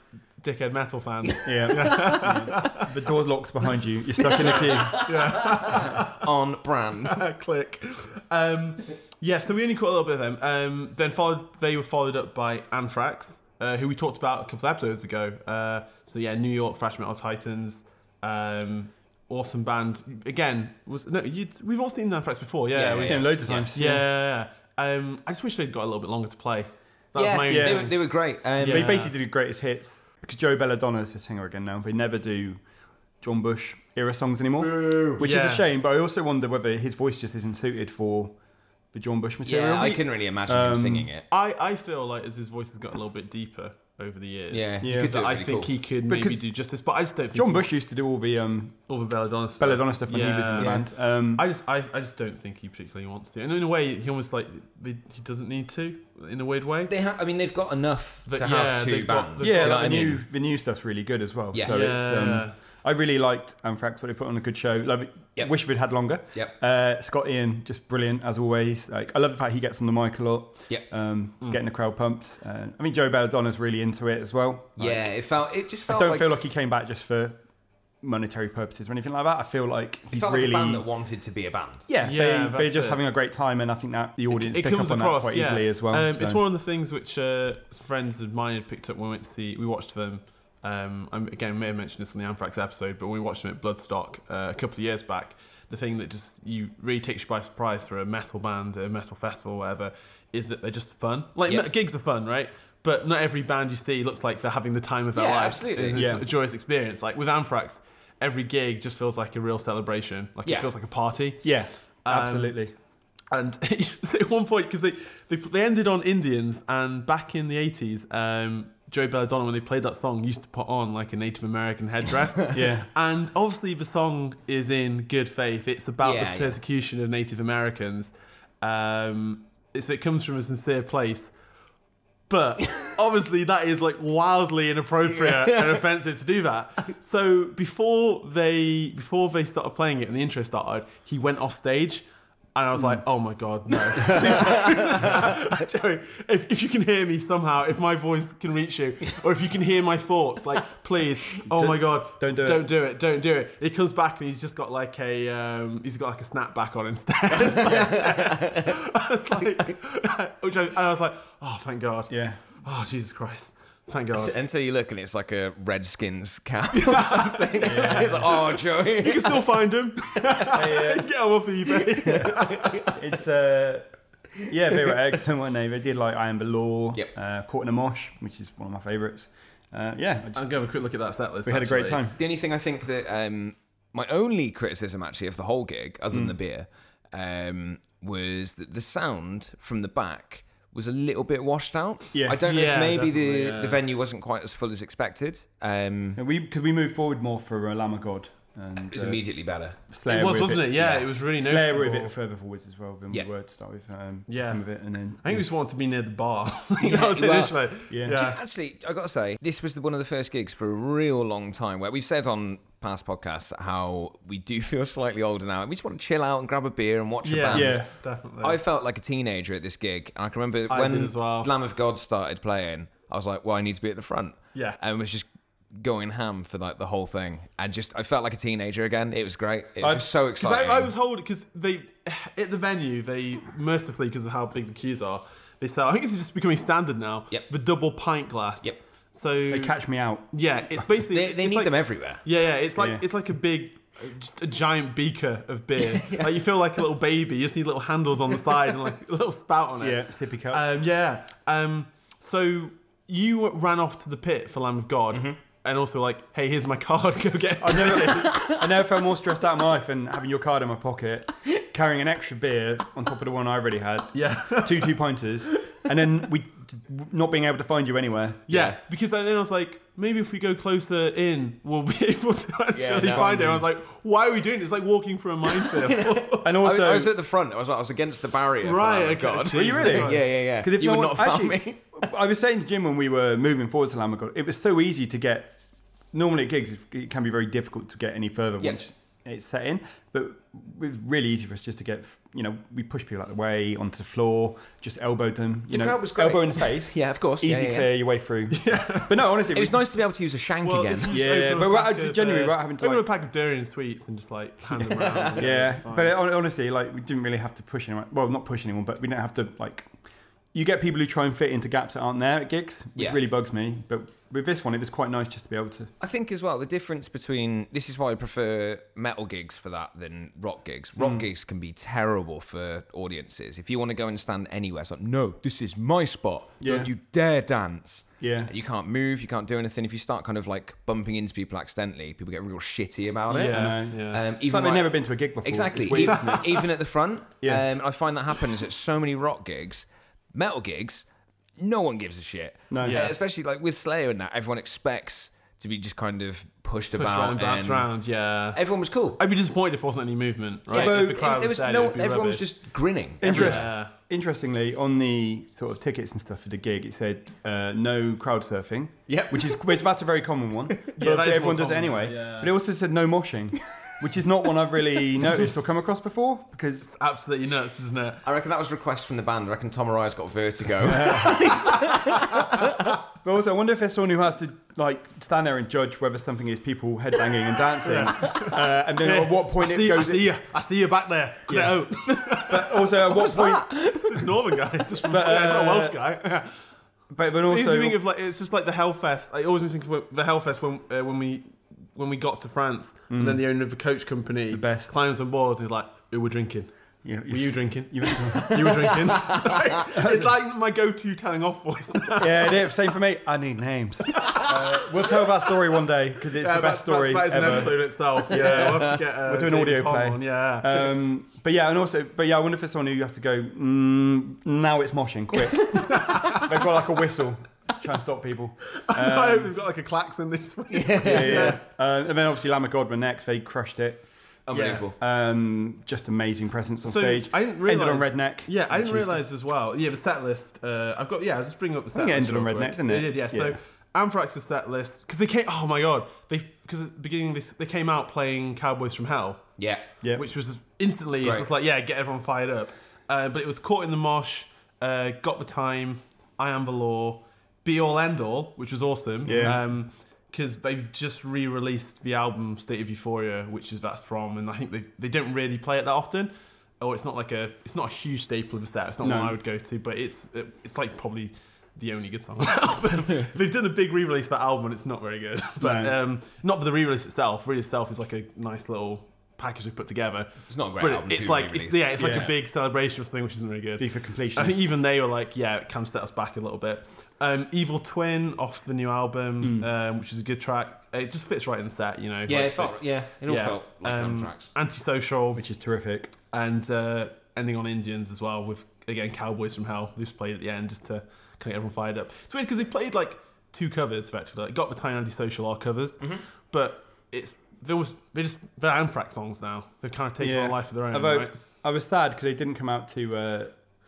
Speaker 5: dickhead metal fans.
Speaker 4: yeah. Yeah. The door locks behind you. You're stuck in the queue.
Speaker 6: On brand.
Speaker 5: click. Um, yeah, so we only caught a little bit of them. Um, then followed, they were followed up by Anthrax, uh, who we talked about a couple of episodes ago. Uh, so yeah, New York Thrash Metal Titans, um, awesome band. Again, was no, you'd, we've all seen Anthrax before. Yeah,
Speaker 6: Yeah,
Speaker 5: we-
Speaker 4: I've
Speaker 5: yeah.
Speaker 4: seen loads of times.
Speaker 5: Um, I just wish they'd got a little bit longer to play. That
Speaker 6: yeah,
Speaker 5: was my own
Speaker 6: They,
Speaker 4: Yeah.
Speaker 6: were, they were great. Um,
Speaker 4: They
Speaker 5: Yeah.
Speaker 4: basically do greatest hits because Joe Belladonna is the singer again now. They never do John Bush era songs anymore, which
Speaker 5: Yeah.
Speaker 4: is a shame. But I also wonder whether his voice just isn't suited for the John Bush material.
Speaker 6: Yeah, I couldn't really imagine him singing it.
Speaker 5: I, I feel like as his voice has got a little bit deeper over the years.
Speaker 6: Yeah, you
Speaker 4: yeah,
Speaker 6: could do
Speaker 5: That
Speaker 6: it
Speaker 5: I
Speaker 6: really
Speaker 5: think
Speaker 6: cool.
Speaker 5: he could maybe
Speaker 4: Because-
Speaker 5: do justice, but I just don't think
Speaker 4: John
Speaker 5: he-
Speaker 4: Bush used to do all the um,
Speaker 5: all the Belladonna stuff.
Speaker 4: Belladonna stuff when he was in the
Speaker 5: Yeah.
Speaker 4: band. Um,
Speaker 5: I just I, I just don't think he particularly wants to. And in a way, he almost like he he doesn't need to. In a weird way.
Speaker 6: They ha- I mean, they've got enough
Speaker 5: But
Speaker 6: to
Speaker 5: yeah,
Speaker 6: have two
Speaker 5: they've got-
Speaker 6: bands.
Speaker 5: they've
Speaker 6: Do you
Speaker 4: yeah,
Speaker 6: know
Speaker 4: like
Speaker 6: what I
Speaker 4: the new
Speaker 6: mean?
Speaker 4: the new stuff's really good as well.
Speaker 6: Yeah.
Speaker 4: So it's
Speaker 5: Yeah.
Speaker 4: um, I really liked Anthrax what they put on a good show. Like,
Speaker 6: Yep.
Speaker 4: Wish we'd had longer.
Speaker 6: Yep.
Speaker 4: Uh, Scott Ian just brilliant as always. Like I love the fact he gets on the mic a lot.
Speaker 6: Yep.
Speaker 4: Um,
Speaker 5: Mm.
Speaker 4: getting the crowd pumped. Uh, I mean Joe Belladonna's really into it as well. Like,
Speaker 6: yeah, it felt. It just
Speaker 4: I
Speaker 6: felt.
Speaker 4: don't
Speaker 6: like,
Speaker 4: feel like he came back just for monetary purposes or anything like that. I feel like
Speaker 6: it
Speaker 4: he's
Speaker 6: felt
Speaker 4: really
Speaker 6: like a band that wanted to be a band.
Speaker 4: yeah,
Speaker 5: Yeah,
Speaker 4: they, they're
Speaker 5: that's
Speaker 4: just
Speaker 5: it.
Speaker 4: having a great time, and I think that the audience
Speaker 5: It
Speaker 4: pick
Speaker 5: comes
Speaker 4: up on
Speaker 5: across
Speaker 4: that quite
Speaker 5: yeah.
Speaker 4: easily as well.
Speaker 5: Um, It's
Speaker 4: so-
Speaker 5: one of the things which uh, friends of mine had picked up when we went to see. We watched them. Um, I'm, again, we may have mentioned this on the Anthrax episode, but when we watched them at Bloodstock uh, a couple of years back, the thing that just you really takes you by surprise for a metal band, a metal festival, or whatever, is that they're just fun. Like
Speaker 6: Yeah.
Speaker 5: me- gigs are fun, right? But not every band you see looks like they're having the time of their
Speaker 6: Yeah,
Speaker 5: life.
Speaker 6: absolutely.
Speaker 5: It's
Speaker 4: Yeah.
Speaker 5: a joyous experience. Like with Anthrax, every gig just feels like a real celebration. Like
Speaker 6: Yeah.
Speaker 5: it feels like a party.
Speaker 4: yeah,
Speaker 5: Um,
Speaker 4: absolutely.
Speaker 5: And so at one point, because they, they they ended on Indians, and back in the eighties, um, Joe Belladonna when they played that song used to put on like a Native American headdress.
Speaker 4: Yeah.
Speaker 5: And obviously the song is in good faith. It's about
Speaker 6: Yeah, yeah.
Speaker 5: the persecution of Native Americans. Um, so it comes from a sincere place. But obviously, that is like wildly inappropriate and offensive to do that. So before they before they started playing it and the intro started, he went off stage, and I
Speaker 4: Hmm.
Speaker 5: was like, "Oh my god, no!" Joey, if, if you can hear me somehow, if my voice can reach you, or if you can hear my thoughts, like please, oh my god,
Speaker 4: don't do it.
Speaker 5: don't do it, don't do it. And he comes back and he's just got like a um, he's got like a snapback on instead. I was like, which I, and I was like, oh, thank God.
Speaker 4: Yeah.
Speaker 5: Oh, Jesus Christ. Thank God.
Speaker 6: And so you look, and it's like a Redskins cap or something. It's like, oh, Joey.
Speaker 5: You can still find him.
Speaker 4: yeah.
Speaker 5: Get him off eBay.
Speaker 4: uh, It's uh, yeah, they were excellent, weren't they? They did like I Am the Law,
Speaker 6: Yep.
Speaker 4: uh, Caught in a Mosh, which is one of my favourites. Uh, yeah, I just,
Speaker 5: I'm going to have a quick look at that set list.
Speaker 4: we had a great time.
Speaker 6: The only thing I think that um, my only criticism actually of the whole gig, other
Speaker 5: Hmm.
Speaker 6: than the beer, um, was that the sound from the back was a little bit washed out.
Speaker 4: Yeah.
Speaker 6: I don't know
Speaker 5: Yeah,
Speaker 6: if maybe the,
Speaker 5: definitely, yeah.
Speaker 6: the venue wasn't quite as full as expected. Um,
Speaker 4: And we because we moved forward more for uh, Lamb of God and uh,
Speaker 6: it was immediately better.
Speaker 4: Slayer
Speaker 5: It
Speaker 4: were
Speaker 5: was,
Speaker 4: a
Speaker 5: wasn't
Speaker 4: bit-
Speaker 5: it? Yeah, it was really nice.
Speaker 4: Slayer were a bit further forwards as well than
Speaker 6: Yeah.
Speaker 4: we were to start with. Um,
Speaker 5: Yeah.
Speaker 4: some of it, and then
Speaker 5: I think we just wanted to be near the bar. that was
Speaker 6: well,
Speaker 5: initially.
Speaker 4: yeah.
Speaker 6: Actually, I gotta say, this was the, one of the first gigs for a real long time where we've said on past podcasts how we do feel slightly older now and we just want to chill out and grab a beer and watch a
Speaker 5: Yeah,
Speaker 6: band.
Speaker 4: Yeah.
Speaker 5: definitely.
Speaker 6: I felt like a teenager at this gig, and I can remember
Speaker 5: I
Speaker 6: when
Speaker 5: did as well.
Speaker 6: Lamb of God started playing. I was like, "Well, I need to be at the front."
Speaker 5: Yeah.
Speaker 6: and was just going ham for like the whole thing, and just I felt like a teenager again. It was great. It was
Speaker 4: I-
Speaker 6: just so
Speaker 5: Because I,
Speaker 6: exciting.
Speaker 5: I was holding because they at the venue they mercifully because of how big the queues are they sell. I think it's just becoming standard now.
Speaker 6: Yep.
Speaker 5: The double pint glass.
Speaker 6: Yep.
Speaker 5: So
Speaker 4: they catch me out.
Speaker 5: yeah, it's basically
Speaker 6: they they
Speaker 5: it's
Speaker 6: need
Speaker 5: like-
Speaker 6: them everywhere.
Speaker 5: Yeah, yeah. It's like
Speaker 4: Yeah.
Speaker 5: it's like a big, uh, just a giant beaker of beer. Like you feel like a little baby. You just need little handles on the side and like a little spout on it.
Speaker 4: Yeah, sippy cup.
Speaker 5: Um, yeah. Um, so you ran off to the pit for Lamb of God, and also like, hey, here's my card. Go get.
Speaker 4: Mm-hmm. I
Speaker 5: some."
Speaker 4: never, I never felt more stressed out in my life than having your card in my pocket, carrying an extra beer on top of the one I already had,
Speaker 5: Yeah.
Speaker 4: two two pointers, and then we not being able to find you anywhere.
Speaker 5: Yeah, because then I was like, maybe if we go closer in, we'll be able to actually
Speaker 6: no.
Speaker 5: find it. And I was like, why are we doing it? It's like walking through a minefield.
Speaker 4: And
Speaker 6: I,
Speaker 4: also,
Speaker 6: I was at the front. I was like, I was against the barrier. for
Speaker 5: Right,
Speaker 6: Lamb of
Speaker 5: okay.
Speaker 6: God.
Speaker 5: Were you really?
Speaker 6: yeah, yeah, yeah.
Speaker 4: Because if
Speaker 6: you
Speaker 4: no
Speaker 6: would not
Speaker 4: one-
Speaker 6: have found
Speaker 4: actually,
Speaker 6: me.
Speaker 4: I was saying to Jim when we were moving forward to Lamb of God, it was so easy to get. Normally at gigs, it can be very difficult to get any further
Speaker 6: Yeah.
Speaker 4: once it's set in, but it was really easy for us just to get. You know, we pushed people out of the way onto the floor, just elbowed them. You
Speaker 6: The
Speaker 4: know,
Speaker 6: crowd was great.
Speaker 4: elbow in the face.
Speaker 6: Yeah, of course. Yeah,
Speaker 4: Easy
Speaker 6: yeah, yeah.
Speaker 4: clear your way through. But no, honestly,
Speaker 6: It was nice to be able to use a shank
Speaker 5: Well,
Speaker 6: again.
Speaker 5: if you just
Speaker 4: Yeah,
Speaker 5: open up
Speaker 4: but
Speaker 5: a
Speaker 4: we're
Speaker 5: pack
Speaker 4: out-
Speaker 5: of,
Speaker 4: generally we're out having to,
Speaker 5: open
Speaker 4: like-
Speaker 5: up a pack of durian sweets and just like hand them around.
Speaker 4: Yeah,
Speaker 5: Fine.
Speaker 4: but it, hon- honestly, like we didn't really have to push anyone. Well, not push anyone, but we didn't have to like. You get people who try and fit into gaps that aren't there at gigs, which
Speaker 6: Yeah.
Speaker 4: really bugs me. But with this one, it was quite nice just to be able to.
Speaker 6: I think as well the difference between this is why I prefer metal gigs for that than rock gigs. Rock
Speaker 4: Mm.
Speaker 6: gigs can be terrible for audiences. If you want to go and stand anywhere, it's like, no, this is my spot.
Speaker 4: Yeah.
Speaker 6: Don't you dare dance.
Speaker 4: Yeah.
Speaker 6: You can't move, you can't do anything. If you start kind of like bumping into people accidentally, people get real shitty about it.
Speaker 5: Yeah,
Speaker 4: No.
Speaker 5: yeah.
Speaker 6: Um,
Speaker 4: It's like they've
Speaker 6: my-
Speaker 4: never been to a gig before.
Speaker 6: Exactly.
Speaker 4: It's weird,
Speaker 6: E-
Speaker 4: isn't it?
Speaker 6: Even at the front.
Speaker 4: Yeah.
Speaker 6: Um, I find that happens at so many rock gigs, metal gigs, no one gives a shit.
Speaker 4: No.
Speaker 6: Uh,
Speaker 4: Yeah.
Speaker 6: especially like with Slayer and that, everyone expects to be just kind of pushed
Speaker 5: Push
Speaker 6: about.
Speaker 5: round, bounce
Speaker 6: and
Speaker 5: round. Yeah.
Speaker 6: Everyone was cool.
Speaker 5: I'd be disappointed if there wasn't any movement. Right?
Speaker 4: but
Speaker 5: if the crowd
Speaker 6: It- there
Speaker 5: was
Speaker 6: was
Speaker 5: dead,
Speaker 6: no-
Speaker 5: it'd be
Speaker 6: everyone was
Speaker 5: rubbish.
Speaker 6: just grinning.
Speaker 4: Interest,
Speaker 5: Yeah.
Speaker 4: Interestingly, on the sort of tickets and stuff for the gig, it said uh, no crowd surfing.
Speaker 6: Yep.
Speaker 4: Which is which, that's a very common one. But
Speaker 5: that is
Speaker 4: obviously everyone
Speaker 5: more
Speaker 4: does it
Speaker 5: common,
Speaker 4: anyway.
Speaker 5: yeah.
Speaker 4: But it also said no moshing, which is not one I've really noticed or come across before because
Speaker 5: absolutely nuts, isn't it?
Speaker 6: I reckon that was a request from the band. I reckon Tom Araya's got vertigo.
Speaker 4: But also, I wonder if there's someone who has to like stand there and judge whether something is people headbanging and dancing, uh, and then at what point
Speaker 5: I
Speaker 4: it
Speaker 5: see, I
Speaker 4: goes.
Speaker 5: see you. I see you back there. Cut
Speaker 4: Yeah.
Speaker 5: it out.
Speaker 4: But also, at what point?
Speaker 5: this Northern guy, just from
Speaker 4: But,
Speaker 5: yeah, not a
Speaker 4: uh,
Speaker 5: Welsh guy.
Speaker 4: But then
Speaker 5: It makes me
Speaker 4: also,
Speaker 5: think of like it's just like the Hellfest. I always think of when- the Hellfest when uh, when we when we got to France, and then the owner of the coach company
Speaker 4: best.
Speaker 5: climbs on board and he's like, "Who we're drinking?
Speaker 4: You,
Speaker 5: Were you drinking?
Speaker 4: you mentioned-
Speaker 5: You were drinking. it's like my go-to telling off voice.
Speaker 4: yeah, it is. Same for me. I need names. Uh, we'll tell that story one day because it's the best story
Speaker 5: That's, that is
Speaker 4: ever.
Speaker 5: an episode itself. Yeah, we'll have to get. Uh,
Speaker 4: We'll do an
Speaker 5: David
Speaker 4: audio
Speaker 5: Tom
Speaker 4: play.
Speaker 5: On. Yeah.
Speaker 4: Um, but yeah, and also, but yeah, I wonder if there's someone who has to go. Mm, now it's moshing, quick. They've got like a whistle to try and stop people.
Speaker 5: I hope we've got like a klaxon this week.
Speaker 4: Um, Yeah, yeah. Uh, and then obviously, Lamb of God were next. They crushed it.
Speaker 6: Unbelievable.
Speaker 4: Um, just amazing presence on stage.
Speaker 5: I didn't realize.
Speaker 4: Ended on Redneck.
Speaker 5: Yeah, I didn't
Speaker 4: which is-
Speaker 5: realize as well. Yeah, the set list. Uh, I've got. Yeah, I'll just bring up the set
Speaker 4: think it
Speaker 5: list.
Speaker 4: ended on
Speaker 5: real
Speaker 4: Redneck,
Speaker 5: quick.
Speaker 4: didn't it?
Speaker 5: They did, yeah.
Speaker 4: Yeah.
Speaker 5: So Anthrax's set list because they came. Oh my god, they because at the beginning they, they came out playing Cowboys from Hell.
Speaker 6: yeah.
Speaker 4: Yeah.
Speaker 5: Which was instantly it's
Speaker 6: Great.
Speaker 5: just like yeah, get everyone fired up. Uh, but it was caught in the mosh. Uh, got the time. I am the law. Be all end all, which was awesome.
Speaker 4: Yeah.
Speaker 5: because they've just re-released the album State of Euphoria, which is that's from, and I think they they don't really play it that often, or it's not like a it's not a huge staple of the set. It's not
Speaker 4: No.
Speaker 5: one I would go to, but it's it, it's like probably the only good song on the album. They've done a big re-release of that album, and it's not very good. But
Speaker 4: No.
Speaker 5: um, not for the re-release itself. Re-release itself is like a nice little package they put together.
Speaker 6: It's not a great
Speaker 5: but it-
Speaker 6: album
Speaker 5: it's
Speaker 6: to
Speaker 5: like it's,
Speaker 6: re-release.
Speaker 5: yeah, it's like
Speaker 4: Yeah.
Speaker 5: a big celebration or something, which isn't really good.
Speaker 4: Be for completion.
Speaker 5: I think even they were like, yeah, it can set us back a little bit. Um, Evil Twin off the new album, um, which is a good track. It just fits right in the set, you know.
Speaker 6: Yeah,
Speaker 5: like-
Speaker 6: it felt. Yeah, it all
Speaker 5: yeah.
Speaker 6: felt like
Speaker 5: Um,
Speaker 6: Anthrax.
Speaker 5: Antisocial,
Speaker 4: which is terrific.
Speaker 5: and uh, ending on Indians as well with again Cowboys from Hell. They just played at the end just to kind of get everyone fired up. It's weird because they played like two covers effectively. Like got the Tiny Antisocial are covers,
Speaker 4: Mm-hmm.
Speaker 5: but it's there was they just they're Anthrax songs now. They've kind of taken on a life of their own.
Speaker 4: Although
Speaker 5: right?
Speaker 4: I was sad because they didn't come out to uh,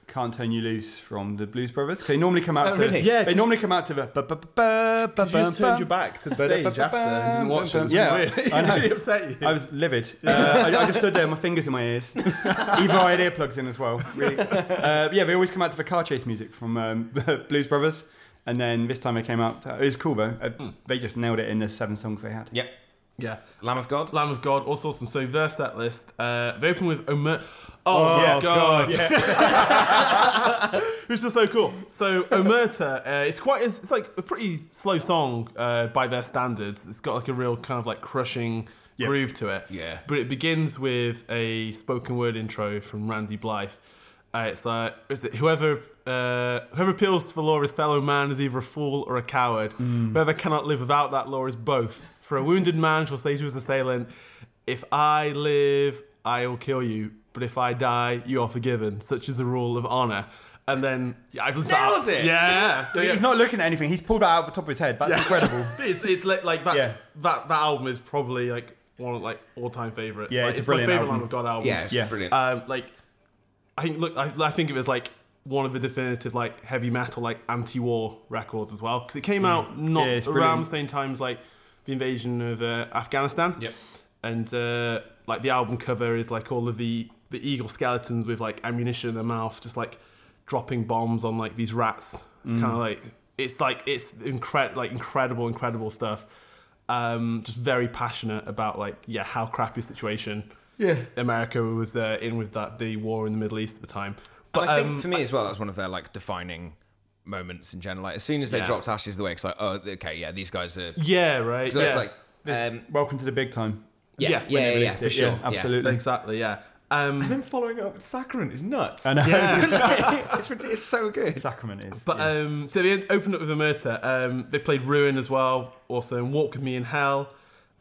Speaker 4: "Can't Turn You Loose" from the Blues Brothers. 'Cause They normally come out
Speaker 6: Oh,
Speaker 4: to
Speaker 6: really?
Speaker 5: Yeah,
Speaker 4: They normally come out to the. ba- ba- ba- ba-
Speaker 5: You just
Speaker 4: ba-
Speaker 5: turned your back to the stage after and didn't watch it. It was
Speaker 4: Yeah,
Speaker 5: weird.
Speaker 4: I know.
Speaker 5: It upset you.
Speaker 4: I was livid. Uh, I, I just stood there, my fingers in my ears. Either I had earplugs in as well. Really. Uh, yeah, they always come out to the car chase music from um, Blues Brothers, and then this time they came out. To, it was cool though. Uh, They just nailed it in the seven songs they had.
Speaker 6: Yep.
Speaker 5: Hmm. yeah.
Speaker 6: Lamb of God.
Speaker 5: Lamb of God, all sorts of them. So verse that list. Uh, they open with Omer. Oh,
Speaker 4: Oh,
Speaker 5: yeah,
Speaker 4: yeah,
Speaker 5: God. This is so cool. So Omerta, uh, it's quite, it's, it's like a pretty slow song uh, by their standards. It's got like a real kind of like crushing groove to it.
Speaker 6: Yeah.
Speaker 5: But it begins with a spoken word intro from Randy Blythe. Uh, it's like, is it whoever uh, whoever appeals to the law is fellow man is either a fool or a coward. Whoever cannot live without that law is both. For a wounded man shall say to his assailant, "If I live, I will kill you. But if I die, you are forgiven. Such is the rule of honor." And then yeah, I've listened
Speaker 6: Nailed
Speaker 5: to
Speaker 6: it!
Speaker 5: Yeah, yeah.
Speaker 4: He's not looking at anything. He's pulled that out of the top of his head. That's incredible.
Speaker 5: It's, it's like, like that's,
Speaker 4: Yeah.
Speaker 5: that that album is probably like one of like all time favorites.
Speaker 4: Yeah,
Speaker 5: Like,
Speaker 4: it's a
Speaker 5: my
Speaker 4: brilliant
Speaker 5: favorite
Speaker 4: album.
Speaker 5: Lamb of God album.
Speaker 6: Yeah, it's
Speaker 4: Yeah.
Speaker 6: brilliant.
Speaker 5: Um, like I think look, I, I think it was like one of the definitive like heavy metal like anti-war records as well because it came out not
Speaker 4: Mm. Yeah, it's
Speaker 5: around
Speaker 4: brilliant.
Speaker 5: the same time as like the invasion of uh, Afghanistan.
Speaker 6: Yep.
Speaker 5: And uh, like the album cover is like all of the the eagle skeletons with like ammunition in their mouth, just like dropping bombs on like these rats.
Speaker 6: Mm.
Speaker 5: Kind of like it's like it's incre- like incredible, incredible stuff. Um, just very passionate about like yeah how crappy a situation
Speaker 4: Yeah.
Speaker 5: America was uh, in with that the war in the Middle East at the time.
Speaker 6: But
Speaker 5: But
Speaker 6: I think
Speaker 5: um,
Speaker 6: for me as well, that's one of their like defining moments in general. Like as soon as they
Speaker 5: Yeah.
Speaker 6: dropped Ashes the Way, it's like, oh, okay, yeah, these guys are. So
Speaker 5: yeah, right.
Speaker 6: it's
Speaker 5: yeah.
Speaker 6: like, um,
Speaker 4: Welcome to the big time.
Speaker 6: yeah, yeah,
Speaker 5: when
Speaker 6: yeah,
Speaker 5: they
Speaker 6: yeah,
Speaker 5: released
Speaker 6: for
Speaker 5: it,
Speaker 6: sure,
Speaker 5: yeah,
Speaker 6: yeah.
Speaker 4: Absolutely.
Speaker 5: exactly, yeah. Um,
Speaker 6: Them following up with Saccharin is nuts.
Speaker 4: I know.
Speaker 6: it's, rid- it's so good.
Speaker 4: Sacrament is.
Speaker 5: But um, so they opened up with Omerta. Um, they played Ruin as well, also and Walk with Me in Hell,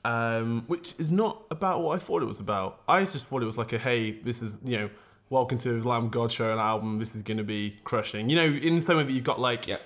Speaker 5: um, which is not about what I thought it was about. I just thought it was like a hey, this is you know, welcome to the Lamb of God show an album. This is going to be crushing. You know, in some of it you've got like
Speaker 6: Yep.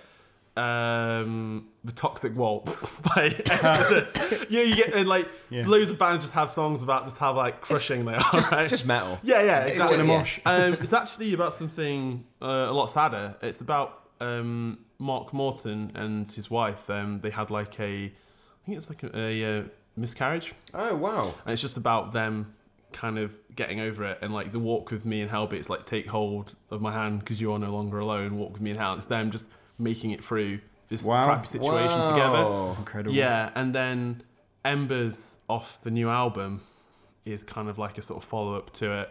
Speaker 5: um, the Toxic Waltz by Exodus. you know, you get and like
Speaker 4: Yeah.
Speaker 5: loads of bands just have songs about just how like crushing they are. right?
Speaker 6: Just metal.
Speaker 5: Yeah, yeah, exactly.
Speaker 6: in a mosh.
Speaker 5: um, it's actually about something uh, a lot sadder. It's about um, Mark Morton and his wife. Um, they had like a, I think it's like a, a, uh miscarriage,
Speaker 6: Oh wow.
Speaker 5: and it's just about them kind of getting over it and like the walk with me and Hell bit. It's like take hold of my hand because you are no longer alone. Walk with me and Hell. It's them just making it through this
Speaker 4: Wow.
Speaker 5: crappy situation together.
Speaker 6: Wow.
Speaker 4: incredible.
Speaker 5: Yeah, and then Embers off the new album is kind of like a sort of follow up to it.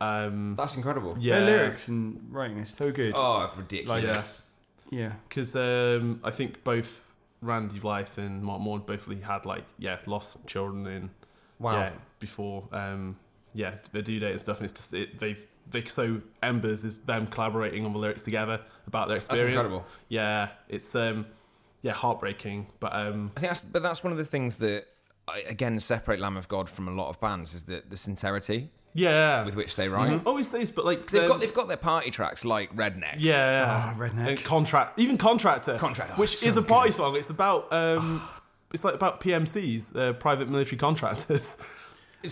Speaker 5: Um,
Speaker 6: That's incredible.
Speaker 5: yeah,
Speaker 4: Their lyrics and writing is so good.
Speaker 6: Oh, ridiculous.
Speaker 4: Yeah.
Speaker 5: Because um, I think both Randy Blythe and Mark Morton both really had like yeah lost children in
Speaker 6: Wow.
Speaker 5: yeah, before um, yeah their due date and stuff, and it's just it, they've they so Embers is them collaborating on the lyrics together about their experience.
Speaker 6: incredible.
Speaker 5: Yeah, it's um, yeah, heartbreaking, but um,
Speaker 6: I think that's, but that's one of the things that I, again separate Lamb of God from a lot of bands is that the sincerity
Speaker 5: yeah,
Speaker 6: with which they write.
Speaker 5: always says, but like
Speaker 6: They've got
Speaker 5: Mm-hmm. um,
Speaker 6: they've got their party tracks like Redneck.
Speaker 5: Yeah,
Speaker 4: Ah, Redneck.
Speaker 5: And contract, even contractor,
Speaker 6: Contractor, oh,
Speaker 5: which
Speaker 6: so
Speaker 5: is a party song. It's about um, it's like about PMCs, uh, private military contractors.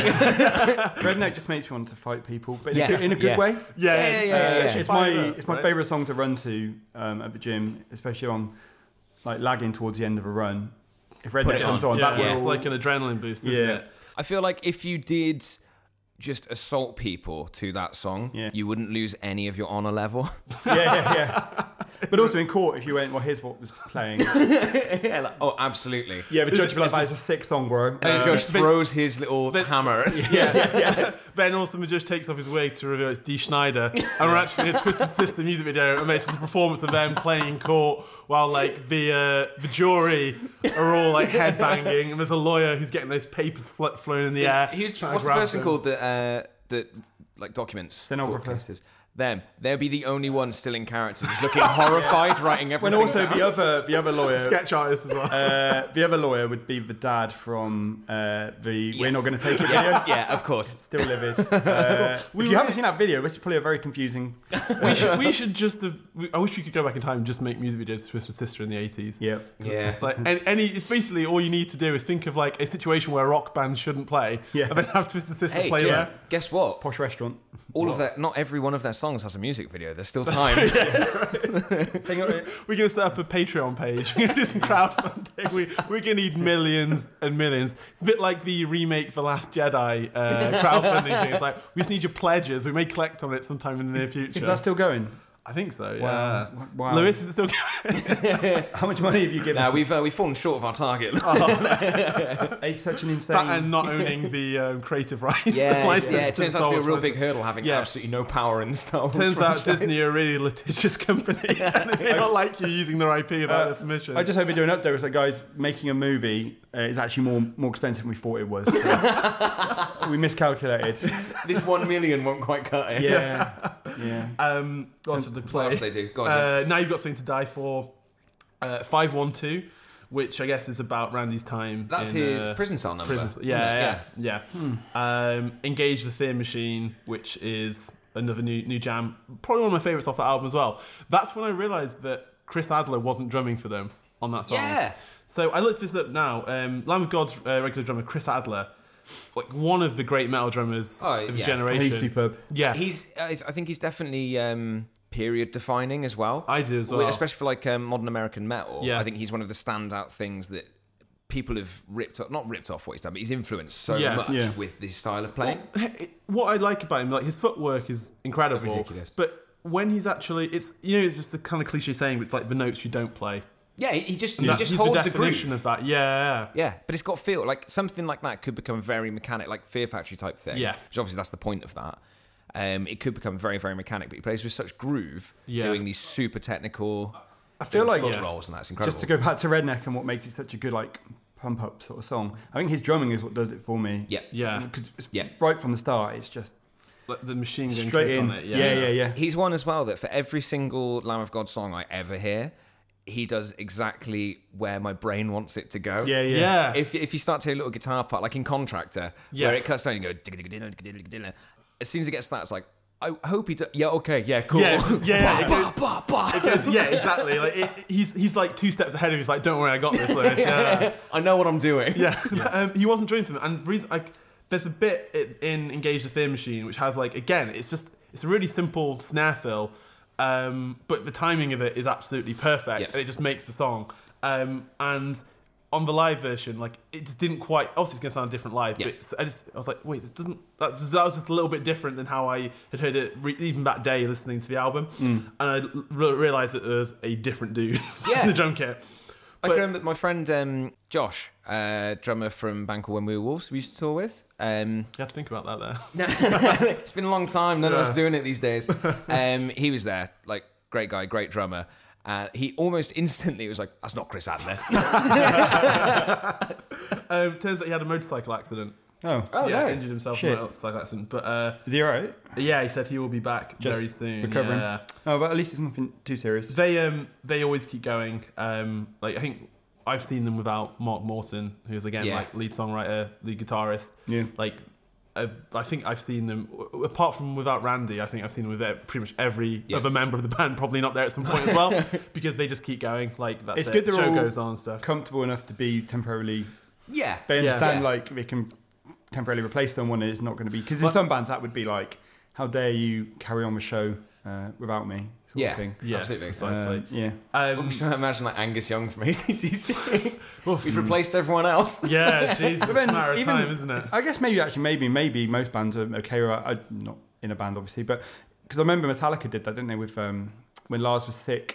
Speaker 4: Redneck just makes me want to fight people, but in a
Speaker 6: Yeah.
Speaker 4: good- in a good
Speaker 6: Yeah.
Speaker 4: way.
Speaker 5: yeah,
Speaker 6: yeah,
Speaker 5: it's,
Speaker 6: yeah,
Speaker 5: it's-
Speaker 6: yeah,
Speaker 5: it's
Speaker 6: yeah.
Speaker 4: It's my
Speaker 5: fire,
Speaker 4: it's my
Speaker 5: right?
Speaker 4: favorite song to run to um, at the gym, especially on like lagging towards the end of a run. If Redneck
Speaker 6: it
Speaker 4: comes
Speaker 6: on.
Speaker 4: on,
Speaker 5: Yeah,
Speaker 4: that
Speaker 5: yeah,
Speaker 4: will
Speaker 5: it's like an adrenaline boost, isn't
Speaker 4: Yeah.
Speaker 5: it?
Speaker 6: I feel like if you did just assault people to that song,
Speaker 4: Yeah.
Speaker 6: you wouldn't lose any of your honor level.
Speaker 4: yeah, yeah, yeah. But also in court, if you went, well, here's what was playing.
Speaker 6: yeah, like, oh, absolutely.
Speaker 4: Yeah, the
Speaker 5: Is
Speaker 4: judge would
Speaker 5: it-
Speaker 4: be like,
Speaker 5: is it-
Speaker 4: that is a sick song, bro. Um,
Speaker 6: And the judge
Speaker 5: Vin-
Speaker 6: throws his little hammer.
Speaker 5: Ben Olsen just takes off his wig to reveal it's Dee Schneider, and we're actually in a Twisted Sister music video, and it's just a performance of them playing in court while like the uh, the jury are all like headbanging, and there's a lawyer who's getting those papers fl- flown in the air.
Speaker 6: Who's,
Speaker 5: trying to
Speaker 6: what's the
Speaker 5: grab
Speaker 6: person
Speaker 5: them.
Speaker 6: called that uh, that like documents?
Speaker 4: Stenographer.
Speaker 6: broadcasters? Them. They'll be the only one still in character, just looking horrified, writing
Speaker 4: And
Speaker 6: everything.
Speaker 4: also
Speaker 6: down.
Speaker 4: the other the other lawyer.
Speaker 5: sketch artist as well?
Speaker 4: Uh, the other lawyer would be the dad from uh, the "We're
Speaker 6: Yes.
Speaker 4: Not Going to Take It" video.
Speaker 6: yeah, yeah, of course.
Speaker 4: Still livid. Uh, if you haven't seen that video, it's probably a very confusing.
Speaker 5: we should we should just the we, I wish we could go back in time and just make music videos for Twisted Sister in the eighties.
Speaker 4: Yeah.
Speaker 6: Yeah.
Speaker 5: Like and any it's basically all you need to do is think of like a situation where a rock band shouldn't play
Speaker 4: Yeah.
Speaker 5: and then have Twisted Sister
Speaker 6: Hey,
Speaker 5: play
Speaker 6: do you-
Speaker 5: there.
Speaker 6: guess what?
Speaker 4: Posh restaurant.
Speaker 6: All of their, not every one of their songs has a music video. There's still time.
Speaker 4: Thing of it-
Speaker 5: We're gonna set up a Patreon page. We're gonna do some crowdfunding. We we're gonna need millions and millions. It's a bit like the remake The Last Jedi uh, crowdfunding thing. It's like we just need your pledges. We may collect on it sometime in the near
Speaker 4: Is
Speaker 5: future.
Speaker 4: that still going?
Speaker 5: I think so.
Speaker 4: Wow.
Speaker 5: Yeah.
Speaker 4: Wow.
Speaker 5: Lewis is it still.
Speaker 4: How much money have you given?
Speaker 6: now we've uh, we've fallen short of our target.
Speaker 4: It's such an insane.
Speaker 5: that and not owning the um, creative rights.
Speaker 6: yeah,
Speaker 5: license
Speaker 6: yeah. It
Speaker 5: the
Speaker 6: turns out to be a
Speaker 5: Star
Speaker 6: real
Speaker 5: Wars
Speaker 6: big hurdle having
Speaker 5: Yeah.
Speaker 6: absolutely no power in the Star Wars.
Speaker 5: franchise. Turns out
Speaker 6: franchise.
Speaker 5: Disney are a really litigious company. and they don't like you using their IP without their permission.
Speaker 4: Uh, I just hope we do an update. It's like, guys, making a movie uh, is actually more more expensive than we thought it was. we miscalculated.
Speaker 6: this one million won't quite cut it.
Speaker 4: Yeah, yeah.
Speaker 5: um, lots of the
Speaker 6: What
Speaker 5: play.
Speaker 6: else they do? Go on, Jim.
Speaker 5: Uh, now you've got something to die for. Uh, Five one two, which I guess is about Randy's time.
Speaker 6: That's
Speaker 5: in,
Speaker 6: his
Speaker 5: uh,
Speaker 6: prison cell number.
Speaker 5: prison- Yeah, yeah,
Speaker 6: Hmm.
Speaker 5: yeah. Um, Engage the Fear Machine, which is another new new jam. Probably one of my favorites off that album as well. That's when I realized that Chris Adler wasn't drumming for them on that song.
Speaker 6: Yeah.
Speaker 5: So I looked this up now. Um, Lamb of God's uh, regular drummer Chris Adler, like one of the great metal drummers
Speaker 6: Oh,
Speaker 5: of his
Speaker 6: yeah.
Speaker 5: generation.
Speaker 4: He's superb.
Speaker 5: Yeah.
Speaker 6: He's, I I think he's definitely um, period defining as well.
Speaker 5: I do as
Speaker 6: Well,
Speaker 5: well.
Speaker 6: especially for like um, modern American metal.
Speaker 5: Yeah.
Speaker 6: I think he's one of the standout things that people have ripped off, not ripped off what he's done, but he's influenced so
Speaker 5: Yeah.
Speaker 6: much
Speaker 4: Yeah.
Speaker 6: with his style of playing.
Speaker 5: what I like about him, like his footwork is incredible.
Speaker 6: Ridiculous.
Speaker 5: But when he's actually, it's you know, it's just the kind of cliche saying, but it's like the notes you don't play.
Speaker 6: Yeah, he he just
Speaker 5: That-
Speaker 6: he just
Speaker 5: he's
Speaker 6: holds
Speaker 5: the
Speaker 6: the,
Speaker 5: definition
Speaker 6: groove.
Speaker 5: of that. Yeah.
Speaker 6: yeah, but it's got feel like something like that could become very mechanic, like Fear Factory type thing.
Speaker 5: Yeah.
Speaker 6: which obviously that's the point of that. Um, it could become very, very mechanic, but he plays with such groove,
Speaker 5: Yeah.
Speaker 6: doing these super technical. I
Speaker 4: feel like-
Speaker 6: foot
Speaker 4: Yeah.
Speaker 6: rolls, and that's incredible.
Speaker 4: Just to go back to Redneck and what makes it such a good like pump up sort of song. I think his drumming is what does it for me.
Speaker 6: yeah,
Speaker 5: Yeah.
Speaker 4: because
Speaker 6: Yeah.
Speaker 4: right from the start, it's just
Speaker 5: Like the machine gun
Speaker 4: straight
Speaker 5: kick
Speaker 4: in.
Speaker 5: on it.
Speaker 4: Yeah,
Speaker 5: Yeah.
Speaker 4: yeah, yeah.
Speaker 6: He's one as well that for every single Lamb of God song I ever hear, he does exactly where my brain wants it to go.
Speaker 4: Yeah, yeah.
Speaker 5: Yeah.
Speaker 6: If, if you start to hear a little guitar part, like in Contractor,
Speaker 5: Yeah.
Speaker 6: where it cuts down, you go. "Digga-digga-dilla, digga-digga-dilla." As soon as it gets to that, it's like, I hope he does. Yeah, okay, yeah, cool.
Speaker 5: Yeah, yeah, it
Speaker 6: bah, bah, bah, bah.
Speaker 5: yeah, exactly. Like it, he's he's like two steps ahead of you. He's like, don't worry, I got this. Lewis. Yeah.
Speaker 6: I know what I'm doing.
Speaker 5: Yeah, um, he wasn't doing for them. And the reason, like, there's a bit i- in Engage the Fear Machine which has like again, it's just it's a really simple snare fill, um, but the timing of it is absolutely perfect,
Speaker 6: Yeah.
Speaker 5: and it just makes the song. Um, and on the live version, like it just didn't quite. Obviously, it's gonna sound different live,
Speaker 6: Yeah.
Speaker 5: but it's, I just I was like, wait, this doesn't. That's just- that was just a little bit different than how I had heard it re- even that day listening to the album, and I re- realized that there was a different dude
Speaker 6: Mm. Yeah.
Speaker 5: in the drum kit.
Speaker 6: I can remember my friend um, Josh, uh, drummer from Banker When We Were Wolves, we used to tour with. Um,
Speaker 5: You had to think about that there.
Speaker 6: No, it's been a long time. None of us
Speaker 5: Yeah.
Speaker 6: doing it these days. Um, he was there, like great guy, great drummer. Uh, he almost instantly was like, "That's not Chris Adler."
Speaker 5: Uh, Um, turns out he had a motorcycle accident.
Speaker 4: Oh,
Speaker 6: Oh,
Speaker 5: yeah,
Speaker 6: no.
Speaker 5: injured himself
Speaker 4: Shit.
Speaker 5: in an outside accident. But uh,
Speaker 4: is he alright?
Speaker 5: yeah, he said he will be back
Speaker 4: Just
Speaker 5: very soon.
Speaker 4: recovering.
Speaker 5: Yeah.
Speaker 4: Oh, but at least it's nothing too serious.
Speaker 5: They um they always keep going. Um, like I think I've seen them without Mark Morton, who's again
Speaker 6: Yeah.
Speaker 5: like lead songwriter, lead guitarist.
Speaker 4: Yeah.
Speaker 5: Like I, I think I've seen them w- apart from without Randy. I think I've seen them with e- pretty much every
Speaker 6: Yeah.
Speaker 5: other member of the band probably not there at some point as well because they just keep going. Like that's
Speaker 4: It's
Speaker 5: it.
Speaker 4: good they're
Speaker 5: Show
Speaker 4: all
Speaker 5: goes on and stuff.
Speaker 4: Comfortable enough to be temporarily.
Speaker 6: Yeah.
Speaker 4: They
Speaker 5: Yeah.
Speaker 4: understand
Speaker 6: Yeah.
Speaker 4: like they can temporarily replace someone, and it's not going to be because in
Speaker 5: But-
Speaker 4: some bands that would be like, "How dare you carry on the show uh, without me?" Sort
Speaker 6: Yeah.
Speaker 4: of thing.
Speaker 5: yeah,
Speaker 6: Absolutely.
Speaker 5: Precisely.
Speaker 4: Um, yeah.
Speaker 5: Um,
Speaker 6: We should imagine like Angus Young from ACDC. We've replaced everyone else.
Speaker 5: yeah, Jesus, it's a
Speaker 4: then
Speaker 5: matter of
Speaker 4: even-
Speaker 5: time, isn't it?
Speaker 4: I guess maybe actually maybe maybe most bands are okay. Or I, I'm not in a band obviously, but because I remember Metallica did that, didn't they? With um, when Lars was sick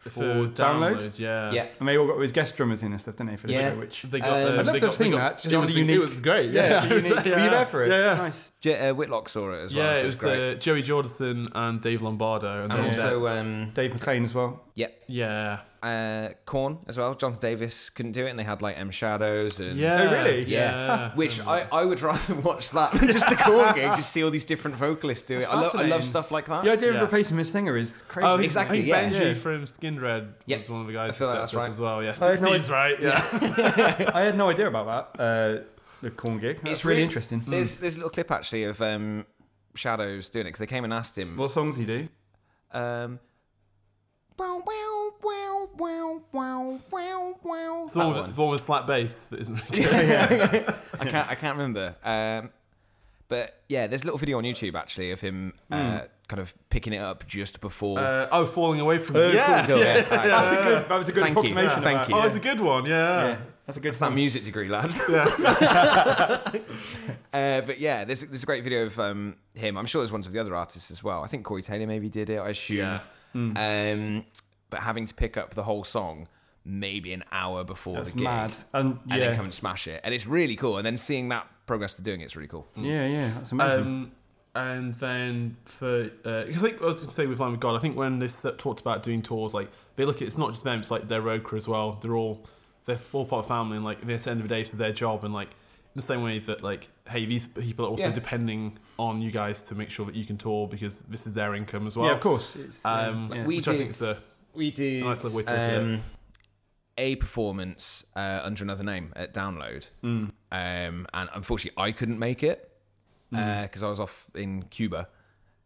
Speaker 4: for, download.
Speaker 5: yeah,
Speaker 6: Yeah.
Speaker 4: and they all got his guest drummers in and stuff, didn't they? For the
Speaker 6: Yeah.
Speaker 4: show, which
Speaker 5: They got.
Speaker 6: Um,
Speaker 5: um,
Speaker 4: I'd love
Speaker 5: they
Speaker 4: to
Speaker 5: got,
Speaker 4: have
Speaker 5: they
Speaker 4: seen
Speaker 5: got-
Speaker 4: that. Just
Speaker 5: it
Speaker 4: on
Speaker 5: was,
Speaker 4: the unique.
Speaker 5: It was great.
Speaker 4: yeah, the unique. Were
Speaker 5: Yeah.
Speaker 4: you there for it?
Speaker 5: Yeah, yeah.
Speaker 4: nice.
Speaker 6: J- uh, Whitlock saw it as well.
Speaker 5: Yeah,
Speaker 6: so it's
Speaker 5: it was
Speaker 6: great.
Speaker 5: uh, Joey Jordison and Dave Lombardo,
Speaker 6: and
Speaker 5: and, then
Speaker 6: also, um,
Speaker 4: Dave McLean as well.
Speaker 6: yep,
Speaker 5: yeah,
Speaker 4: Oh,
Speaker 6: uh, Corn as well. Jonathan Davis couldn't do it, and they had like M Shadows and
Speaker 5: yeah,
Speaker 4: Oh, really?
Speaker 6: Yeah. Which I, I would rather watch that than just the Korn gig, just see all these different vocalists do it. I, lo- I
Speaker 4: fascinating.
Speaker 6: love stuff like that.
Speaker 4: The idea
Speaker 5: Yeah.
Speaker 4: of replacing his singer is crazy.
Speaker 5: Oh,
Speaker 6: Exactly,
Speaker 5: I think
Speaker 6: yeah.
Speaker 5: Benji
Speaker 4: Yeah.
Speaker 5: from Skin Red
Speaker 6: Yeah.
Speaker 5: was one of the guys.
Speaker 6: I feel
Speaker 5: who
Speaker 6: like that's
Speaker 5: stepped up
Speaker 6: right.
Speaker 5: as well. Yeah,
Speaker 4: I had no
Speaker 5: Steve's right. Yeah,
Speaker 4: I had no idea about that. Uh, the corn gig. That's
Speaker 6: It's
Speaker 4: really
Speaker 6: really-
Speaker 4: interesting. Hmm.
Speaker 6: There's, there's a little clip actually of um, Shadows doing it because they came and asked him.
Speaker 4: What songs he do?
Speaker 6: Um, wow, wow, wow, wow, wow, wow, wow.
Speaker 5: it's one, with- the one with slap bass that isn't. Really
Speaker 6: I can't I can't remember. Um, but yeah, there's a little video on YouTube actually of him
Speaker 4: Hmm.
Speaker 6: uh, kind of picking it up just before.
Speaker 5: uh, oh, falling away from.
Speaker 4: Uh,
Speaker 5: you.
Speaker 4: Yeah.
Speaker 6: yeah, yeah.
Speaker 4: That's a good. That was a good
Speaker 6: Uh, Thank you.
Speaker 4: approximation. of
Speaker 6: Thank
Speaker 4: that.
Speaker 6: you.
Speaker 5: Oh, it's a good one. Yeah.
Speaker 4: Yeah, that's a good.
Speaker 6: It's that
Speaker 4: song.
Speaker 6: music degree, lads. uh, but yeah, there's there's a great video of um, him. I'm sure there's ones of the other artists as well. I think Corey Taylor maybe did it. I assume.
Speaker 5: Yeah.
Speaker 4: Hmm.
Speaker 6: Um, but having to pick up the whole song maybe an hour before
Speaker 4: That's
Speaker 6: the gig
Speaker 4: mad. And yeah,
Speaker 6: and then come and smash it, and it's really cool. And then seeing that progress to doing it's really cool.
Speaker 4: yeah, yeah. That's amazing.
Speaker 5: Um, and then for because like I was going to say with Line with God, I think when they s- talked about doing tours, like they look at it's not just them, it's like their road crew as well. They're all they're all part of family, and like at the end of the day, it's their job, and like in the same way that like hey, these people are also
Speaker 6: Yeah.
Speaker 5: depending on you guys to make sure that you can tour because this is their income as well.
Speaker 4: yeah, of course. It's, uh,
Speaker 5: Um,
Speaker 4: yeah.
Speaker 6: We
Speaker 5: which I
Speaker 6: did.
Speaker 5: think's the
Speaker 6: we did.
Speaker 5: nice little way to look at
Speaker 6: um, a performance uh, under another name at Download, um, and unfortunately I couldn't make it because I was off in Cuba.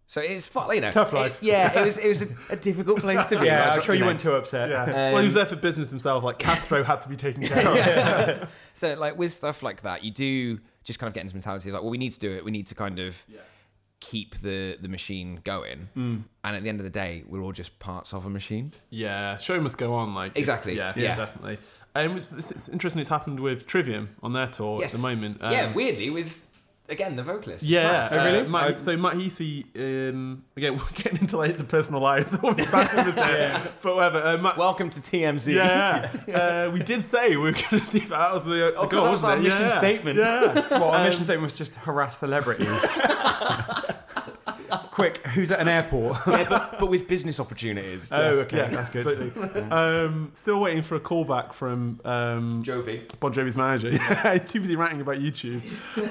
Speaker 6: So it's fu- you know
Speaker 4: Tough life.
Speaker 6: it- yeah, it was it was a, a difficult place to be.
Speaker 4: yeah,
Speaker 6: I
Speaker 4: I'm
Speaker 6: dro-
Speaker 4: sure you
Speaker 6: know.
Speaker 4: weren't too upset.
Speaker 5: yeah. well, he was there for business himself. Like Castro had to be taken care of.
Speaker 6: So like with stuff like that, you do just kind of get into mentality it's like, well, we need to do it. We need to kind of keep the the machine going. And at the end of the day, we're all just parts of a machine.
Speaker 5: Yeah, show must go on. Like it's-
Speaker 6: Exactly,
Speaker 5: Yeah,
Speaker 6: yeah.
Speaker 5: yeah, definitely. And it's, it's, it's interesting. It's happened with Trivium on their tour
Speaker 6: Yes.
Speaker 5: at the moment.
Speaker 6: yeah,
Speaker 5: Um,
Speaker 6: weirdly with again the vocalist.
Speaker 5: yeah.
Speaker 4: Oh, really?
Speaker 5: uh, Matt-
Speaker 4: I-
Speaker 5: so Matt Heathy, um, again, we're getting into like the personal lives of all the band members here, but whatever. Uh, Matt,
Speaker 6: Welcome to TMZ.
Speaker 5: yeah, uh, we did say we were going to do that. That was the, the
Speaker 6: God,
Speaker 5: goal,
Speaker 6: Oh, that was
Speaker 5: wasn't
Speaker 6: our
Speaker 5: it?
Speaker 6: mission
Speaker 5: yeah.
Speaker 6: statement.
Speaker 5: Yeah,
Speaker 4: Well, our mission statement was just harass celebrities. Quick, who's at an airport?
Speaker 6: Yeah, but, but with business opportunities.
Speaker 4: Oh, okay,
Speaker 5: yeah,
Speaker 4: that's good.
Speaker 5: absolutely. um, still waiting for a callback from um,
Speaker 6: Jovi.
Speaker 5: Bon Jovi's manager. Yeah, he's too busy ranting about YouTube.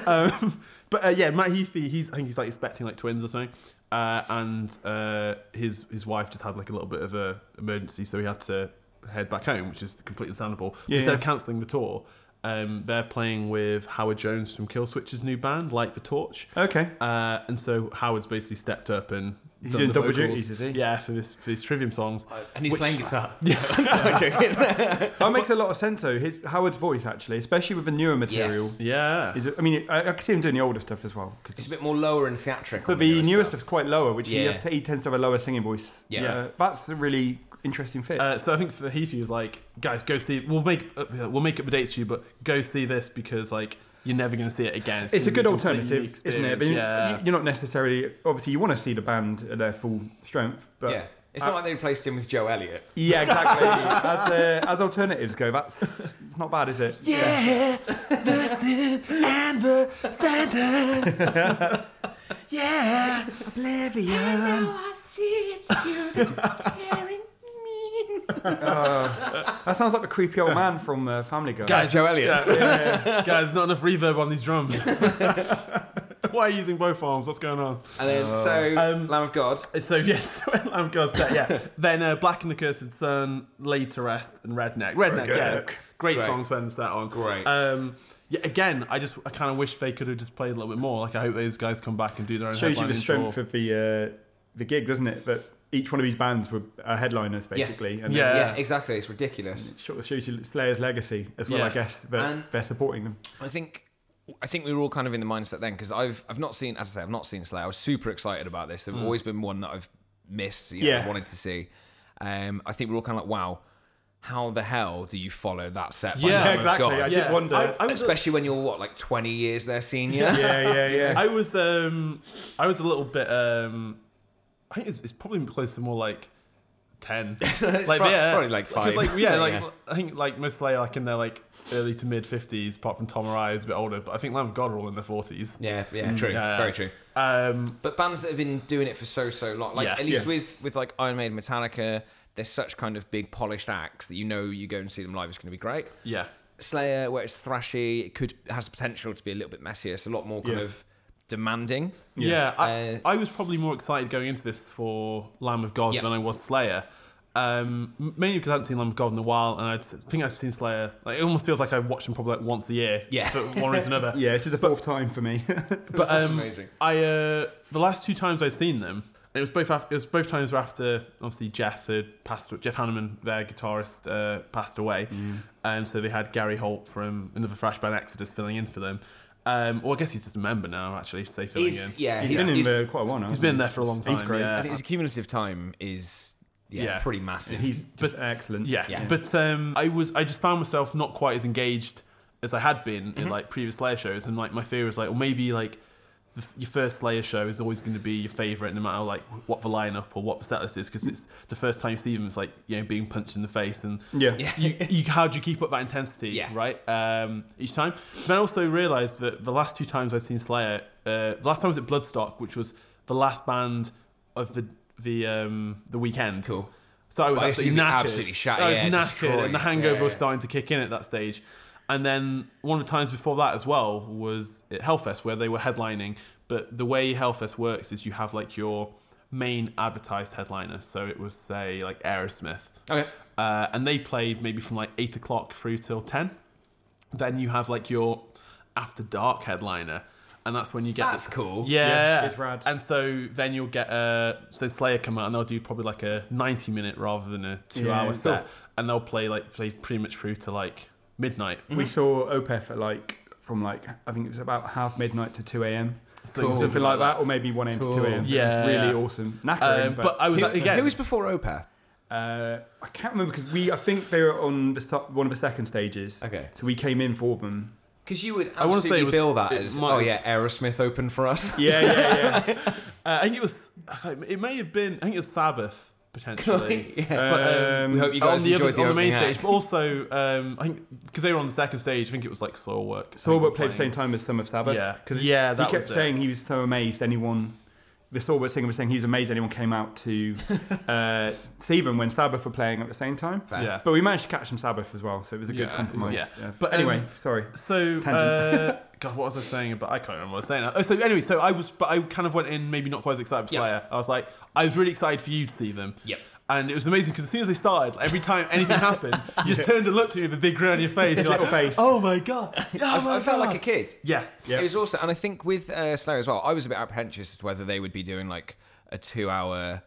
Speaker 5: Um, but uh, yeah, Matt Heathy, he's I think he's like expecting like twins or something, uh, and uh, his his wife just had like a little bit of a emergency, so he had to head back home, which is completely understandable. But
Speaker 4: Yeah,
Speaker 5: Instead of
Speaker 4: yeah.
Speaker 5: cancelling the tour, um, they're playing with Howard Jones from Killswitch's new band, Light the Torch.
Speaker 4: Okay.
Speaker 5: Uh, and so Howard's basically stepped up and
Speaker 4: He's
Speaker 5: done
Speaker 4: doing
Speaker 5: the
Speaker 4: double
Speaker 5: vocals.
Speaker 4: duties, is he?
Speaker 5: Yeah, for this for his Trivium songs.
Speaker 6: And he's
Speaker 5: Which-
Speaker 6: playing guitar.
Speaker 4: That makes a lot of sense, though. His, Howard's voice, actually, especially with the newer material.
Speaker 5: Yeah,
Speaker 4: Is, I mean, I, I can see him doing the older stuff as well. 'cause-
Speaker 6: It's a bit more lower and theatrical.
Speaker 4: but
Speaker 6: than
Speaker 4: the newer
Speaker 6: stuff.
Speaker 4: stuff's quite lower, which he, uh,
Speaker 6: Yeah.
Speaker 4: he tends to have a lower singing voice.
Speaker 6: Yeah.
Speaker 4: Uh, that's a really interesting fit.
Speaker 5: Uh, so I think for Heathy was like, guys, go see. We'll make uh, we'll make up the dates to you, but go see this because like you're never going to see it again.
Speaker 4: it's a good
Speaker 5: gonna be completely
Speaker 4: alternative, isn't it?
Speaker 5: experience.
Speaker 4: But you-
Speaker 5: yeah.
Speaker 4: You're not necessarily, obviously, you want to see the band at their full strength, but
Speaker 6: Yeah. It's not like they replaced him with Joe Elliott.
Speaker 4: Yeah, exactly. as, uh, as alternatives go, that's it's not bad, is it?
Speaker 6: Yeah, the sin and the sentence. yeah, oblivion.
Speaker 2: I see it's you that's tearing me
Speaker 4: That sounds like the creepy old man from uh, Family Guy.
Speaker 6: That's Joe Elliott.
Speaker 5: Yeah, yeah, yeah. Guys, there's not enough reverb on these drums. Why are you using both arms? What's going on?
Speaker 6: And then, so,
Speaker 5: Um,
Speaker 6: Lamb of God.
Speaker 5: And So yes, Lamb of God's set. Yeah. then uh, Black and the Cursed Sun, Laid to Rest, and Redneck. Redneck. Yeah.
Speaker 6: Redneck.
Speaker 5: Great,
Speaker 6: Great.
Speaker 5: song to end that on.
Speaker 6: Great.
Speaker 5: Um, yeah. Again, I just I kind of wish they could have just played a little bit more. Like I hope those guys come back and do their own.
Speaker 4: shows you
Speaker 5: headlining
Speaker 4: the strength
Speaker 5: tour.
Speaker 4: of the uh, the gig, doesn't it? That each one of these bands were uh, headliners basically, and
Speaker 5: Yeah.
Speaker 6: yeah,
Speaker 4: then
Speaker 6: exactly. It's ridiculous.
Speaker 4: it sort of shows you Slayer's legacy as well.
Speaker 5: Yeah.
Speaker 4: I guess that
Speaker 6: And-
Speaker 4: they're supporting them.
Speaker 6: I think I think we were all kind of in the mindset then because I've I've not seen as I say I've not seen Slayer. I was super excited about this. They've always been one that I've missed. You know,
Speaker 4: Mm. Yeah.
Speaker 6: wanted to see. Um, I think we're all kind of like, wow, how the hell do you follow that set? by
Speaker 5: Yeah,
Speaker 6: Lamb of
Speaker 4: exactly.
Speaker 6: God?
Speaker 4: I did
Speaker 5: Yeah.
Speaker 4: wonder.
Speaker 5: I, I was
Speaker 6: Especially when you're what like 20 years their senior.
Speaker 4: yeah, yeah, yeah.
Speaker 5: I was um I was a little bit um I think it's, it's probably close to more like ten.
Speaker 6: prob- probably like
Speaker 5: 'cause,
Speaker 6: five.
Speaker 5: like, yeah, like
Speaker 6: Yeah.
Speaker 5: I think like most Slayer like in their like early to mid fifties, apart from Tom Araya, who's a bit older, but I think Lamb of God are all in their forties.
Speaker 6: Yeah, yeah, true,
Speaker 5: Mm, yeah.
Speaker 6: very true.
Speaker 5: Um
Speaker 6: But bands that have been doing it for so so long, like
Speaker 5: Yeah.
Speaker 6: at least
Speaker 4: Yeah.
Speaker 6: with with like Iron Maiden, Metallica, they're such kind of big polished acts that you know you go and see them live is going to be great.
Speaker 5: yeah.
Speaker 6: Slayer, where it's thrashy, it could has the potential to be a little bit messier. It's a lot more kind
Speaker 4: Yeah.
Speaker 6: of demanding.
Speaker 5: Yeah,
Speaker 6: Uh,
Speaker 5: I, I was probably more excited going into this for Lamb of God
Speaker 6: Yeah.
Speaker 5: than I was Slayer. Um, m- mainly because I hadn't seen Lamb of God in a while, and I'd, s- I think I've seen Slayer. Like, it almost feels like I've watched them probably like once a year,
Speaker 6: Yeah.
Speaker 5: for one reason or another.
Speaker 4: yeah, this is the fourth time for me.
Speaker 5: But
Speaker 6: That's
Speaker 5: um,
Speaker 6: amazing.
Speaker 5: I uh, the last two times I'd seen them, and it was both after, it was both times were after obviously Jeff had passed Jeff Hanneman, their guitarist, uh, passed away,
Speaker 6: Mm.
Speaker 5: and so they had Gary Holt from another thrash band Exodus filling in for them. Um, well, I guess he's just a member now, actually. So they filling in.
Speaker 6: He's, yeah,
Speaker 4: he's been in
Speaker 6: he's-
Speaker 4: there quite a while now.
Speaker 5: he's been there for a long time.
Speaker 4: He's great.
Speaker 5: Yeah.
Speaker 6: I think his cumulative time is yeah,
Speaker 5: Yeah.
Speaker 6: pretty massive.
Speaker 4: He's just
Speaker 5: But-
Speaker 4: excellent.
Speaker 5: Yeah,
Speaker 6: Yeah.
Speaker 5: but um, I was I just found myself not quite as engaged as I had been in like previous Slayer shows, and like my fear was like, well, maybe like the, f- your first Slayer show is always going to be your favorite, no matter like what the lineup or what the setlist is, because it's the first time you see them. It's like you know being punched in the face, and
Speaker 4: Yeah. Yeah.
Speaker 5: you, you, how do you keep up that intensity,
Speaker 6: Yeah.
Speaker 5: right? Um, each time. Then I also realised that the last two times I've seen Slayer, uh, the last time was at Bloodstock, which was the last band of the the um, the weekend.
Speaker 6: Cool.
Speaker 5: So I was
Speaker 6: Well, I guess
Speaker 5: absolutely
Speaker 6: you'd be
Speaker 5: knackered.
Speaker 6: absolutely shat,
Speaker 5: I was
Speaker 6: yeah,
Speaker 5: knackered,
Speaker 6: destroyed,
Speaker 5: and the hangover
Speaker 6: yeah.
Speaker 5: was starting to kick in at that stage. And then one of the times before that as well was at Hellfest, where they were headlining. But the way Hellfest works is you have like your main advertised headliner. So it was say like Aerosmith,
Speaker 6: okay.
Speaker 5: uh, and they played maybe from like eight o'clock through till ten. Then you have like your after dark headliner, and that's when you get
Speaker 6: That's
Speaker 5: the-
Speaker 6: cool.
Speaker 5: Yeah,
Speaker 4: Yeah, it's rad.
Speaker 5: And so then you'll get uh, so Slayer come out and they'll do probably like a ninety minute rather than a two
Speaker 4: Yeah,
Speaker 5: hour
Speaker 4: cool.
Speaker 5: set, and they'll play like play pretty much through to like midnight.
Speaker 4: We saw Opeth at like from like I think it was about half midnight to two a.m.
Speaker 5: Cool.
Speaker 4: Something like that, or maybe one a.m. to two a.m.
Speaker 5: Yeah.
Speaker 4: it was really awesome. Knackering,
Speaker 5: Um,
Speaker 4: but,
Speaker 5: but I was
Speaker 6: Who,
Speaker 5: like, again.
Speaker 6: who was before Opeth?
Speaker 4: uh, I can't remember because we I think they were on the st- one of the second stages.
Speaker 6: Okay.
Speaker 4: so we came in for them.
Speaker 6: Because you would
Speaker 5: wanna
Speaker 6: absolutely
Speaker 5: say it was-
Speaker 6: bill that
Speaker 5: it
Speaker 6: as
Speaker 5: might-
Speaker 6: oh yeah, Aerosmith open for us.
Speaker 4: Yeah, yeah, yeah.
Speaker 5: uh, I think it was. It may have been. I think it was Sabbath potentially.
Speaker 6: yeah.
Speaker 5: But, um,
Speaker 6: We hope you guys
Speaker 5: on the,
Speaker 6: enjoyed the
Speaker 5: on the main
Speaker 6: opening
Speaker 5: stage,
Speaker 6: act.
Speaker 5: but also um, I think because they were on the second stage, I think it was like Soilwork.
Speaker 4: Sorbert played at the same time as Thumb of Sabbath.
Speaker 5: Yeah.
Speaker 4: because
Speaker 5: Yeah, that
Speaker 4: he kept
Speaker 5: was it.
Speaker 4: saying he was so amazed anyone. The Sorbert singer was saying he was amazed anyone came out to uh, see them when Sabbath were playing at the same time.
Speaker 5: Yeah.
Speaker 4: But we managed to catch some Sabbath as well, so it was a good
Speaker 5: Yeah,
Speaker 4: compromise.
Speaker 5: yeah. But,
Speaker 4: But anyway,
Speaker 5: um,
Speaker 4: sorry.
Speaker 5: So,
Speaker 4: Tangent.
Speaker 5: uh, God, what was I saying? But I can't remember what I was saying. now. Oh, so anyway, so I was, but I kind of went in maybe not quite as excited for
Speaker 6: Yeah.
Speaker 5: Slayer. I was like, I was really excited for you to see them.
Speaker 6: Yep.
Speaker 5: And it was amazing because as soon as they started, like, every time anything happened, you just turned and looked at me with a big grin on your face. You're
Speaker 4: Little
Speaker 5: like,
Speaker 4: face.
Speaker 5: Oh my god! Oh
Speaker 6: I,
Speaker 5: my
Speaker 6: I felt
Speaker 5: God."
Speaker 6: like a kid.
Speaker 5: Yeah.
Speaker 6: It was also, and I think with uh, Slayer as well, I was a bit apprehensive as to whether they would be doing like a two-hour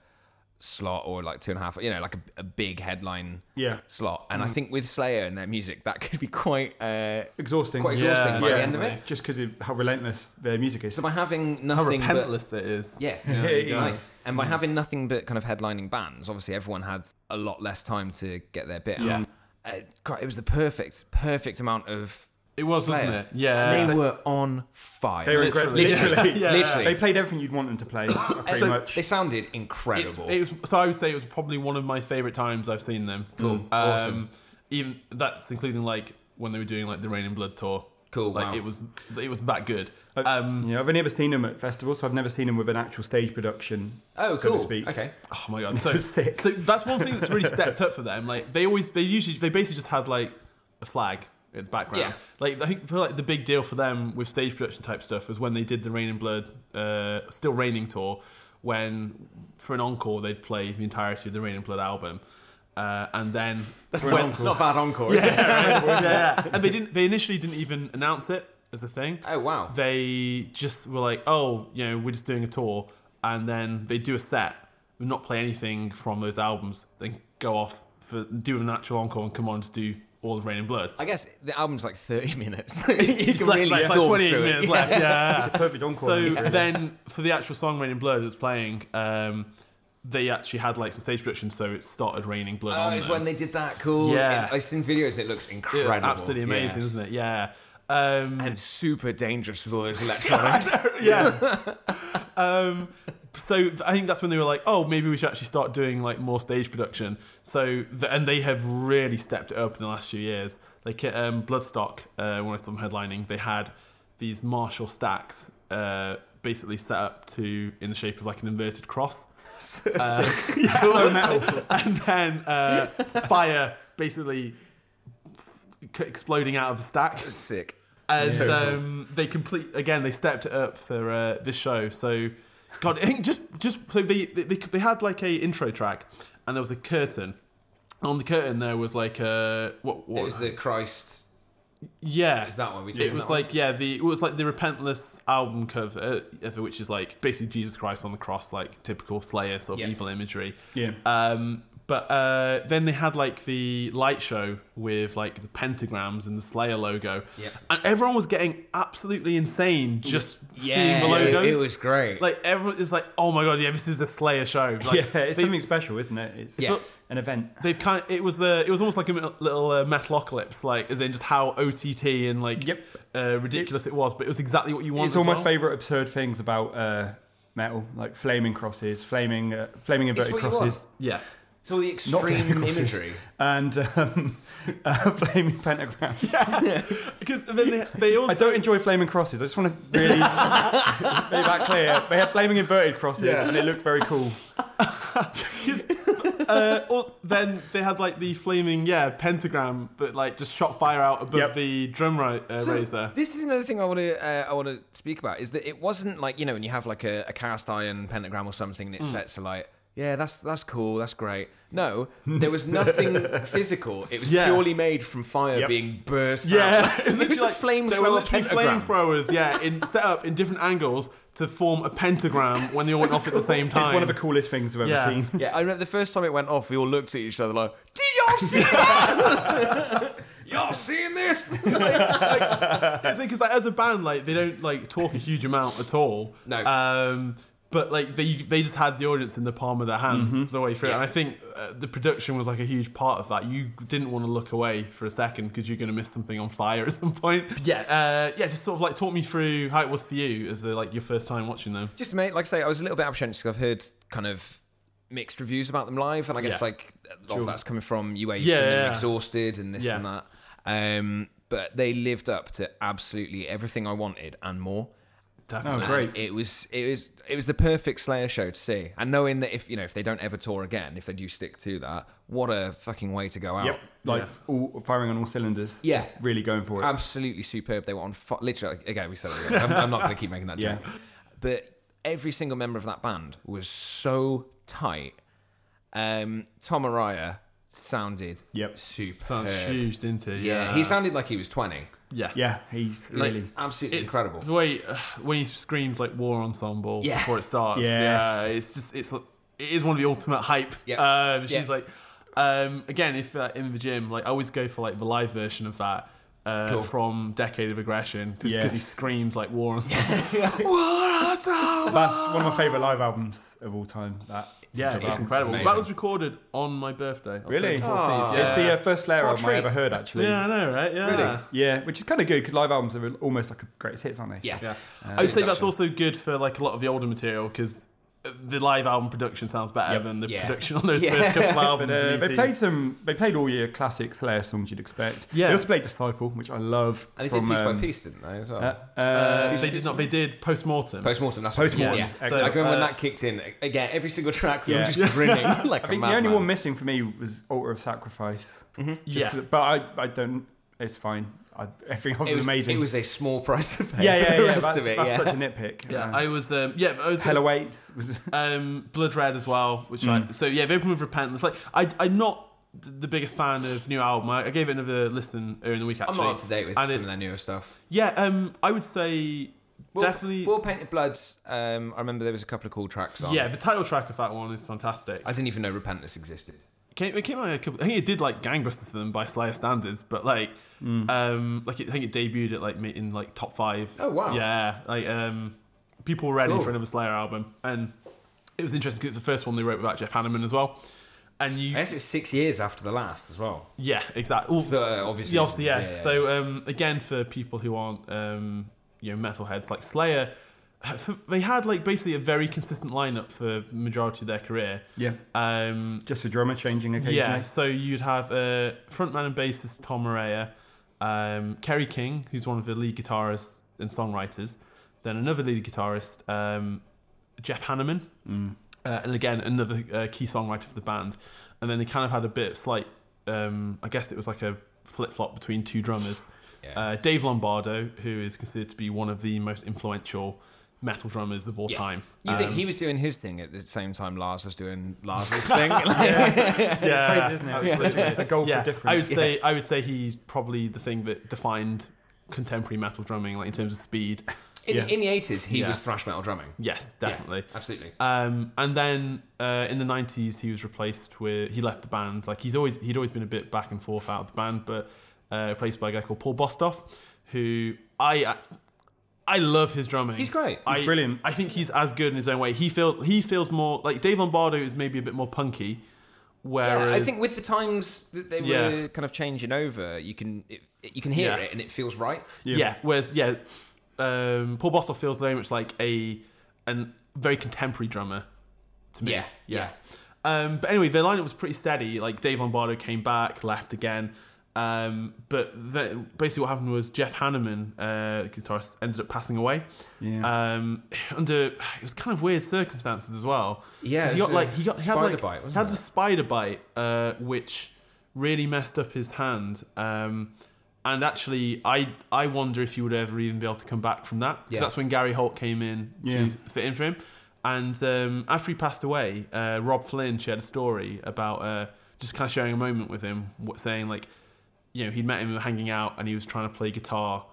Speaker 6: slot or like two and a half, you know, like a, a big headline
Speaker 4: Yeah.
Speaker 6: slot. And I
Speaker 5: Mm-hmm.
Speaker 6: think with Slayer and their music, that could be quite uh,
Speaker 4: Exhausting.
Speaker 6: quite exhausting
Speaker 5: Yeah,
Speaker 6: by the
Speaker 5: yeah.
Speaker 6: end of it.
Speaker 4: Just because of how relentless their music is.
Speaker 6: So by having
Speaker 5: How
Speaker 6: nothing, but,
Speaker 5: repentless it is.
Speaker 6: yeah,
Speaker 4: there you go.
Speaker 6: nice. And by having nothing but kind of headlining bands, obviously everyone had a lot less time to get their bit.
Speaker 5: Yeah.
Speaker 6: out. Uh, cri- it was the perfect, perfect amount of.
Speaker 5: It was, wasn't
Speaker 6: Slayer.
Speaker 5: it? Yeah.
Speaker 6: And they were on fire.
Speaker 4: they were
Speaker 5: Literally.
Speaker 4: literally, literally,
Speaker 5: Yeah.
Speaker 6: Literally.
Speaker 4: they played everything you'd want them to play, pretty
Speaker 6: So
Speaker 4: much.
Speaker 6: They sounded
Speaker 5: It's-
Speaker 6: incredible.
Speaker 5: it was, so I would say it was probably one of my favorite times I've seen them. Um, Cool,
Speaker 6: awesome.
Speaker 5: Even that's including like when they were doing like the Rain and Blood tour.
Speaker 6: Cool.
Speaker 5: Like
Speaker 6: wow.
Speaker 5: it was, it was that good.
Speaker 4: I-
Speaker 5: Um,
Speaker 4: yeah, I've only ever seen him at festivals, so I've never seen him with an actual stage production.
Speaker 6: oh,
Speaker 4: so
Speaker 6: cool.
Speaker 4: to speak.
Speaker 6: Okay.
Speaker 5: Oh my god, so
Speaker 4: was sick.
Speaker 5: so that's one thing that's really stepped up for them. Like they always, they usually, they basically just had like a flag in the background.
Speaker 6: Yeah.
Speaker 5: Like I think feel like the big deal for them with stage production type stuff was when they did the Rain and Blood, uh, still raining tour. When for an encore they'd play the entirety of the Rain and Blood album, uh, and then when-
Speaker 6: Not bad encore. is it?
Speaker 5: yeah, yeah. and they didn't. They initially didn't even announce it as a thing.
Speaker 6: Oh, wow.
Speaker 5: They just were like, oh, you know, we're just doing a tour, and then they do a set, not play anything from those albums, then go off for do an actual encore and come on to do all of Rain and Blood.
Speaker 6: I guess the album's like 30 minutes. it's
Speaker 5: like, like, like 20 minutes left. Yeah.
Speaker 4: Perfect encore.
Speaker 5: So uh,
Speaker 4: really.
Speaker 5: then, for the actual song "Raining Blood" that's playing, um, they actually had like some stage production, so it started raining blood.
Speaker 6: Oh,
Speaker 5: on
Speaker 6: it's
Speaker 5: there.
Speaker 6: when they did that. Cool.
Speaker 5: Yeah.
Speaker 6: It- I've seen videos. It looks
Speaker 5: Yeah,
Speaker 6: incredible.
Speaker 5: absolutely amazing,
Speaker 6: Yeah.
Speaker 5: isn't it? Yeah. Um,
Speaker 6: And super dangerous with all those electronics.
Speaker 5: yeah. um, so I think that's when they were like, oh, maybe we should actually start doing like more stage production. So th- and they have really stepped it up in the last few years. Like at um, Bloodstock, uh, when I saw them headlining, they had these Marshall stacks uh, basically set up to in the shape of like an inverted cross. Uh, yeah. and then uh, fire basically c- exploding out of the stack.
Speaker 6: Sick.
Speaker 5: And um, they complete again. They stepped it up for uh, this show. So, God, I think just just so they, they they they had like a intro track, and there was a curtain. On the curtain, there was like a what? what
Speaker 6: It was the Christ.
Speaker 5: yeah,
Speaker 6: Is that what we
Speaker 5: It
Speaker 6: doing
Speaker 5: was
Speaker 6: that one?
Speaker 5: like yeah, the it was like the Repentless album cover, uh, which is like basically Jesus Christ on the cross, like typical Slayer sort of
Speaker 6: Yeah.
Speaker 5: evil imagery.
Speaker 4: Yeah.
Speaker 5: Um, but uh, then they had like the light show with like the pentagrams and the Slayer logo.
Speaker 6: Yeah.
Speaker 5: And everyone was getting absolutely insane just seeing the
Speaker 6: it-
Speaker 5: logos.
Speaker 6: It, was great.
Speaker 5: like everyone is like, oh my god, yeah, this is a Slayer show. Like,
Speaker 4: yeah, it's
Speaker 5: they-
Speaker 4: something special, isn't it? It's
Speaker 6: Yeah.
Speaker 4: an event.
Speaker 5: They've kind of, it was the it was almost like a mi- little uh, metalocalypse, like as in just how OTT and like
Speaker 4: Yep.
Speaker 5: uh, ridiculous it, was, but it was exactly what you wanted.
Speaker 4: it's all
Speaker 5: as
Speaker 4: my
Speaker 5: well.
Speaker 4: favourite absurd things about uh, metal, like flaming crosses, flaming, uh, flaming inverted
Speaker 6: what you
Speaker 4: crosses,
Speaker 5: Yeah,
Speaker 6: It's all the extreme imagery.
Speaker 4: and um, uh, flaming pentagrams.
Speaker 5: because then they, they also
Speaker 4: I don't enjoy flaming crosses. I just want to really make that clear. They had flaming inverted crosses,
Speaker 5: Yeah.
Speaker 4: and it looked very cool.
Speaker 5: uh, al- then they had like the flaming yeah pentagram that like just shot fire out above
Speaker 4: Yep.
Speaker 5: the drum ri- uh,
Speaker 6: So,
Speaker 5: razor.
Speaker 6: This is another thing I want to uh, I want to speak about is that it wasn't like you know when you have like a, a cast iron pentagram or something and it
Speaker 5: Hmm.
Speaker 6: sets to like yeah that's that's cool that's great no there was nothing physical it was
Speaker 5: Yeah.
Speaker 6: purely made from fire
Speaker 4: Yep.
Speaker 6: being burst
Speaker 5: Yeah,
Speaker 6: out. it was,
Speaker 5: literally
Speaker 6: a
Speaker 5: They were
Speaker 6: flamethrower
Speaker 5: literally
Speaker 6: pentagram
Speaker 5: flamethrowers. Yeah, in, set up in different angles to form a pentagram when they all went off at the same time.
Speaker 4: It's one of the coolest things I've ever
Speaker 5: Yeah.
Speaker 4: seen.
Speaker 6: yeah I remember the first time it went off we all looked at each other like did y'all see that y'all seeing this
Speaker 5: because like, as a band, like they don't like talk a huge amount at all.
Speaker 6: No.
Speaker 5: Um, but like they they just had the audience in the palm of their hands the way through,
Speaker 6: Yeah.
Speaker 5: and I think uh, the production was like a huge part of that. You didn't want to look away for a second because you're going to miss something on fire at some point. Yeah. Uh, yeah. Just sort of like talk me through how it was for you as uh, like your first time watching them.
Speaker 6: just mate, like I say, I was a little bit apprehensive because I've heard kind of mixed reviews about them live, and I guess
Speaker 5: Yeah.
Speaker 6: like a lot of that's coming from UAC
Speaker 5: Yeah,
Speaker 6: and
Speaker 5: yeah, yeah.
Speaker 6: exhausted and this
Speaker 5: Yeah.
Speaker 6: and that. Um, but they lived up to absolutely everything I wanted and more.
Speaker 5: Definitely.
Speaker 4: Oh, great.
Speaker 6: It was it was it was the perfect Slayer show to see. And knowing that if you know if they don't ever tour again, if they do stick to that, what a fucking way to go out.
Speaker 4: Yep, like all firing on all cylinders.
Speaker 6: Yeah. Um,
Speaker 4: Just really going for it.
Speaker 6: absolutely superb. They were on fi- literally again. We said it. Again. I'm, I'm not going to keep making that
Speaker 4: Yeah.
Speaker 6: joke. But every single member of that band was so tight. Um, Tom Araya sounded
Speaker 4: Yep.
Speaker 6: superb.
Speaker 5: Sounds huge, didn't it?
Speaker 6: Yeah.
Speaker 5: Yeah.
Speaker 6: he sounded like he was 20.
Speaker 5: Yeah.
Speaker 4: yeah, he's
Speaker 6: Like,
Speaker 4: really.
Speaker 6: absolutely
Speaker 5: It's
Speaker 6: incredible.
Speaker 5: The way uh, when he screams like "War Ensemble"
Speaker 6: Yeah.
Speaker 5: before it starts,
Speaker 4: Yes.
Speaker 5: yeah, it's just it's it is one of the ultimate hype.
Speaker 6: Yeah.
Speaker 5: Um, she's
Speaker 6: Yeah.
Speaker 5: like, um, again, if uh, in the gym, like I always go for like the live version of that. Uh,
Speaker 6: Cool.
Speaker 5: From Decade of Aggression, just because he
Speaker 4: Yes.
Speaker 5: screams like war ensemble.
Speaker 4: That's one of my favourite live albums of all time. That
Speaker 5: yeah,
Speaker 4: Superb
Speaker 5: it's
Speaker 4: album.
Speaker 5: incredible.
Speaker 6: amazing.
Speaker 5: that was recorded on my birthday. October
Speaker 4: Really?
Speaker 5: 14th.
Speaker 4: It's
Speaker 5: Yeah.
Speaker 4: the uh, first Slayer
Speaker 6: What a
Speaker 4: album I ever
Speaker 6: treat.
Speaker 4: heard, actually.
Speaker 5: yeah, I know, right? Yeah.
Speaker 6: Really?
Speaker 4: Yeah, which is kind of good because live albums are almost like a greatest hits, aren't they?
Speaker 6: yeah.
Speaker 5: Yeah. I would say that's also good for like a lot of the older material because the live album production sounds better than the
Speaker 6: Yeah.
Speaker 5: production on those
Speaker 6: Yeah.
Speaker 5: first couple
Speaker 4: But,
Speaker 5: albums.
Speaker 4: uh,
Speaker 5: and E
Speaker 4: they
Speaker 5: EPs.
Speaker 4: played some. They played all your classic Slayer songs you'd expect.
Speaker 5: Yeah.
Speaker 4: They also played Disciple, which I love.
Speaker 6: And they
Speaker 4: from,
Speaker 6: did piece
Speaker 4: um,
Speaker 6: by piece, didn't they? As well.
Speaker 4: Uh, uh,
Speaker 5: Uh, they did not. They did post mortem.
Speaker 6: Post mortem. That's
Speaker 4: Postmortem,
Speaker 6: What yeah.
Speaker 4: yes.
Speaker 6: So,
Speaker 5: So,
Speaker 6: I remember when
Speaker 5: uh,
Speaker 6: that kicked in again. Every single track, we
Speaker 4: Yeah.
Speaker 6: were just grinning like
Speaker 4: I think
Speaker 6: a
Speaker 4: the only
Speaker 6: madman. Mm-hmm.
Speaker 4: one missing for me was Altar of Sacrifice. Just
Speaker 5: yeah,
Speaker 4: 'cause it- but I, I don't. It's fine. I, everything else
Speaker 6: It
Speaker 4: was
Speaker 6: was
Speaker 4: amazing.
Speaker 6: It was a small price to pay.
Speaker 4: yeah,
Speaker 6: for
Speaker 4: yeah,
Speaker 6: the
Speaker 4: yeah.
Speaker 6: Rest
Speaker 4: that's
Speaker 6: of it.
Speaker 4: that's
Speaker 6: yeah. Uh,
Speaker 4: such a nitpick.
Speaker 5: yeah.
Speaker 4: Uh,
Speaker 5: I was. Um, yeah, I was.
Speaker 4: Hell awaits was
Speaker 5: um, Blood Red as well, which
Speaker 6: Mm.
Speaker 5: like so yeah, they opened with Repentance. Like I, I'm not th- the biggest fan of new album. I, I gave it another listen earlier in the week.
Speaker 6: I'm
Speaker 5: Actually,
Speaker 6: not up to date with
Speaker 5: And
Speaker 6: some of
Speaker 5: it's-
Speaker 6: their newer stuff.
Speaker 5: Yeah, um, I would say definitely.
Speaker 6: Well, Painted Bloods. Um, I remember there was a couple of cool tracks on.
Speaker 5: yeah, the title track of that one is fantastic.
Speaker 6: I didn't even know Repentance existed.
Speaker 5: came, it came out a couple. I think it did like gangbusters to them by Slayer standards, but like, um, like it, I think it debuted at like ma- in like top five.
Speaker 6: Oh, wow.
Speaker 5: Yeah, like um, people were ready
Speaker 6: Cool.
Speaker 5: for another Slayer album, and it was interesting because it's the first one they wrote without Jeff Hanneman as well. And you,
Speaker 6: I guess it's six years after the last as well.
Speaker 5: yeah, exactly. Well,
Speaker 6: Uh, obviously,
Speaker 5: yeah, obviously, yeah.
Speaker 6: yeah, yeah.
Speaker 5: So um, again, for people who aren't um, you know metalheads like Slayer, uh, they had like basically a very consistent lineup for majority of their career.
Speaker 4: yeah.
Speaker 5: Um,
Speaker 4: Just a drummer changing occasionally.
Speaker 5: yeah, so you'd have uh, frontman and bassist Tom Araya, um, Kerry King, who's one of the lead guitarists and songwriters, then another lead guitarist, um, Jeff Hanneman,
Speaker 6: Mm.
Speaker 5: uh, and again another uh, key songwriter for the band. And then they kind of had a bit of slight, um, I guess it was like a flip flop between two drummers.
Speaker 6: Yeah.
Speaker 5: Uh, Dave Lombardo, who is considered to be one of the most influential metal drummers of all
Speaker 6: Yeah.
Speaker 5: time.
Speaker 6: You think
Speaker 5: Um,
Speaker 6: he was doing his thing at the same time Lars was doing Lars's thing? Like,
Speaker 5: yeah,
Speaker 4: Crazy, isn't it?
Speaker 5: that was literally-
Speaker 4: A goal for different.
Speaker 5: Uh, I would say I would say he's probably the thing that defined contemporary metal drumming, like in terms of speed.
Speaker 6: in,
Speaker 5: yeah.
Speaker 6: in the eighties, he
Speaker 5: Yeah.
Speaker 6: was thrash metal drumming.
Speaker 5: yes,
Speaker 6: Yeah,
Speaker 5: definitely.
Speaker 6: absolutely.
Speaker 5: Um, and then uh, in the nineties, he was replaced with he left the band. Like he's always he'd always been a bit back and forth out of the band, but uh, replaced by a guy called Paul Bostoff, who I. I I love his drumming.
Speaker 6: He's great.
Speaker 5: I,
Speaker 4: He's brilliant.
Speaker 5: I think he's as good in his own way. He feels he feels more like Dave Lombardo is maybe a bit more punky, whereas
Speaker 6: Yeah, I think with the times that they
Speaker 5: Yeah.
Speaker 6: were kind of changing over, you can it, you can hear
Speaker 5: Yeah.
Speaker 6: it and it feels right.
Speaker 5: Yeah. Whereas, yeah, um, Paul Bostoff feels very much like a an very contemporary drummer to me.
Speaker 6: Yeah, yeah.
Speaker 5: Um, but anyway, their lineup was pretty steady. Like Dave Lombardo came back, left again. Um, but the, basically, what happened was Jeff Hanneman, uh, guitarist, ended up passing away.
Speaker 4: Yeah.
Speaker 5: Um, under it was kind of weird circumstances as well.
Speaker 6: Yeah,
Speaker 5: 'Cause He
Speaker 6: it was
Speaker 5: got
Speaker 6: a
Speaker 5: like he got he had
Speaker 6: spider
Speaker 5: like
Speaker 6: bite,
Speaker 5: he
Speaker 6: wasn't
Speaker 5: had
Speaker 6: it?
Speaker 5: the spider bite, uh, which really messed up his hand. Um, and actually, I I wonder if he would ever even be able to come back from that because
Speaker 6: Yeah.
Speaker 5: that's when Gary Holt came in to
Speaker 4: Yeah.
Speaker 5: fit in for him. And um, after he passed away, uh, Rob Flynn shared a story about uh, just kind of sharing a moment with him, what- saying like, you know, he'd met him hanging out and he was trying to play guitar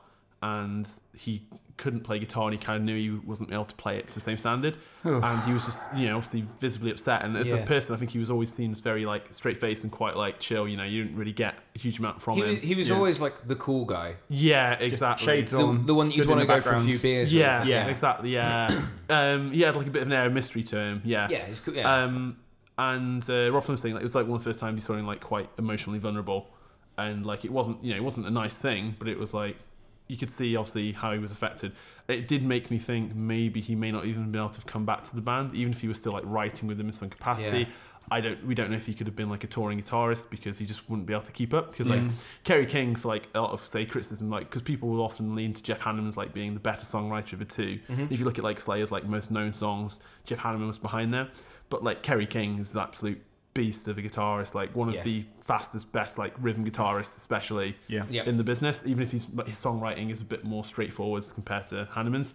Speaker 5: and he couldn't play guitar and he kind of knew he wasn't able to play it to the same standard. And he was just, you know, obviously visibly upset. And as a
Speaker 6: Yeah.
Speaker 5: person, I think he was always seen as very like straight faced and quite like chill. You know, you didn't really get a huge amount from
Speaker 6: He
Speaker 5: him.
Speaker 6: was, he was always like the cool guy,
Speaker 5: yeah, exactly.
Speaker 4: Shades
Speaker 6: the,
Speaker 4: on.
Speaker 6: the one that you'd
Speaker 4: stood in
Speaker 6: want
Speaker 4: the
Speaker 6: to go for a
Speaker 4: background.
Speaker 6: few beers. with.
Speaker 5: Yeah,
Speaker 4: Yeah.
Speaker 5: exactly. Yeah, um, he had like a bit of an air of mystery to him. Yeah,
Speaker 6: yeah, it's cool. Yeah,
Speaker 5: Um, and uh, Rob Flynn was saying like, it was like one of the first times he saw him like quite emotionally vulnerable, and like it wasn't you know it wasn't a nice thing, but it was like you could see obviously how he was affected. It did make me think maybe he may not even been able to come back to the band, even if he was still like writing with them in some capacity.
Speaker 6: Yeah.
Speaker 5: I don't. We don't know if he could have been like a touring guitarist because he just wouldn't be able to keep up. Because like
Speaker 6: Mm.
Speaker 5: Kerry King for like a lot of say criticism, like because people will often lean to Jeff Hanneman as like being the better songwriter of the 2
Speaker 6: Mm-hmm.
Speaker 5: If you look at like Slayer's like most known songs, Jeff Hanneman was behind there. But like Kerry King is an absolute beast of a guitarist, like one of
Speaker 6: Yeah.
Speaker 5: the fastest, best like rhythm guitarists, especially
Speaker 4: Yeah.
Speaker 6: Yeah.
Speaker 5: in the business. Even if he's like, his songwriting is a bit more straightforward compared to Hanneman's.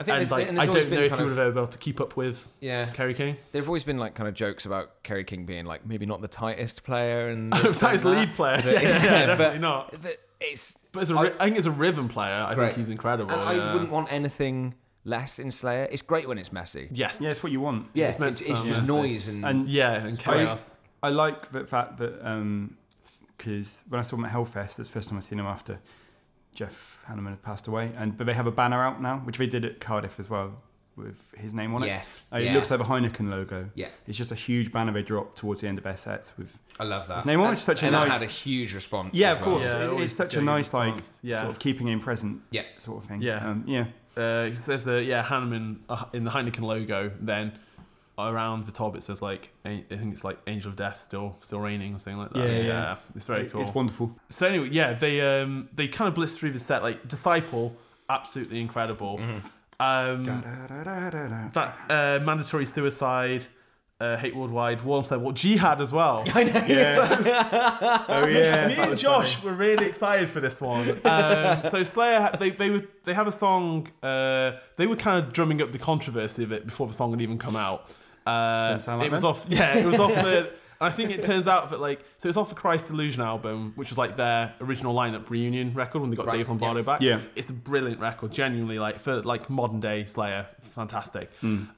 Speaker 6: I think
Speaker 5: and
Speaker 6: there's-
Speaker 5: like
Speaker 6: and
Speaker 5: I
Speaker 6: there's always
Speaker 5: don't
Speaker 6: been
Speaker 5: know if
Speaker 6: kind
Speaker 5: he
Speaker 6: of-
Speaker 5: would have ever been able to keep up with
Speaker 6: yeah.
Speaker 5: Kerry King.
Speaker 6: There've always been like kind of jokes about Kerry King being like maybe not the tightest player and
Speaker 5: Oh,
Speaker 6: this
Speaker 5: tightest
Speaker 6: and
Speaker 5: lead
Speaker 6: that.
Speaker 5: player.
Speaker 6: But-
Speaker 5: Yeah, yeah, definitely
Speaker 6: but
Speaker 5: not.
Speaker 6: the- it's
Speaker 5: But as a
Speaker 6: I-
Speaker 5: ry- I think as a rhythm player, I
Speaker 6: Great.
Speaker 5: think he's incredible.
Speaker 6: and
Speaker 5: yeah.
Speaker 6: I wouldn't want anything less in Slayer. It's great when it's messy.
Speaker 5: Yes.
Speaker 4: Yeah, it's what you want.
Speaker 6: Yeah,
Speaker 5: It's
Speaker 6: it's,
Speaker 5: meant to
Speaker 6: it's
Speaker 5: sound
Speaker 6: just
Speaker 5: messy.
Speaker 6: noise and,
Speaker 4: And
Speaker 5: Yeah, and chaos.
Speaker 4: I like the fact that because when I saw him at Hellfest, that's the first time I've seen him after Jeff Hanneman had passed away, and but they have a banner out now, which they did at Cardiff as well with his name on it.
Speaker 6: Yes,
Speaker 4: Uh, it
Speaker 6: yeah.
Speaker 4: looks like a Heineken logo.
Speaker 6: Yeah.
Speaker 4: it's just a huge banner they dropped towards the end of their sets with.
Speaker 6: I love that.
Speaker 4: His name on
Speaker 6: and,
Speaker 4: it's such a
Speaker 6: and
Speaker 4: nice-
Speaker 6: that had a huge response.
Speaker 4: Yeah,
Speaker 6: as
Speaker 4: of course.
Speaker 6: Well.
Speaker 5: Yeah,
Speaker 4: It-
Speaker 5: always
Speaker 4: it's such a
Speaker 5: getting
Speaker 4: nice like
Speaker 5: response. Yeah.
Speaker 4: sort of keeping him present.
Speaker 6: Yeah.
Speaker 4: sort of thing.
Speaker 5: Yeah.
Speaker 4: um, yeah.
Speaker 5: Uh, it says, uh, yeah, Hanneman uh, in the Heineken logo then. around the top it says like an- I think it's like Angel of Death still still raining or something like that.
Speaker 4: Yeah, yeah.
Speaker 5: It's very cool.
Speaker 4: It's wonderful.
Speaker 5: so anyway, yeah, they um they kind of blitz through the set like Disciple, absolutely incredible. Um, that uh, mandatory suicide, uh, hate worldwide, war on sidewalk, jihad as well. I know.
Speaker 4: Oh yeah.
Speaker 5: Me and Josh were really excited for this one. Um, so Slayer, ha- they they were they have a song. Uh, they were kind of drumming up the controversy of it before the song had even come out. Uh,
Speaker 4: Doesn't sound like
Speaker 5: it was
Speaker 4: them.
Speaker 5: off. Yeah, it was off the. I think it turns out that like so it's off the Christ Delusion album, which was like their original lineup reunion record when they got
Speaker 6: Right,
Speaker 5: Dave Lombardo back.
Speaker 4: Yeah.
Speaker 5: it's a brilliant record. Genuinely, like for like modern day Slayer, fantastic.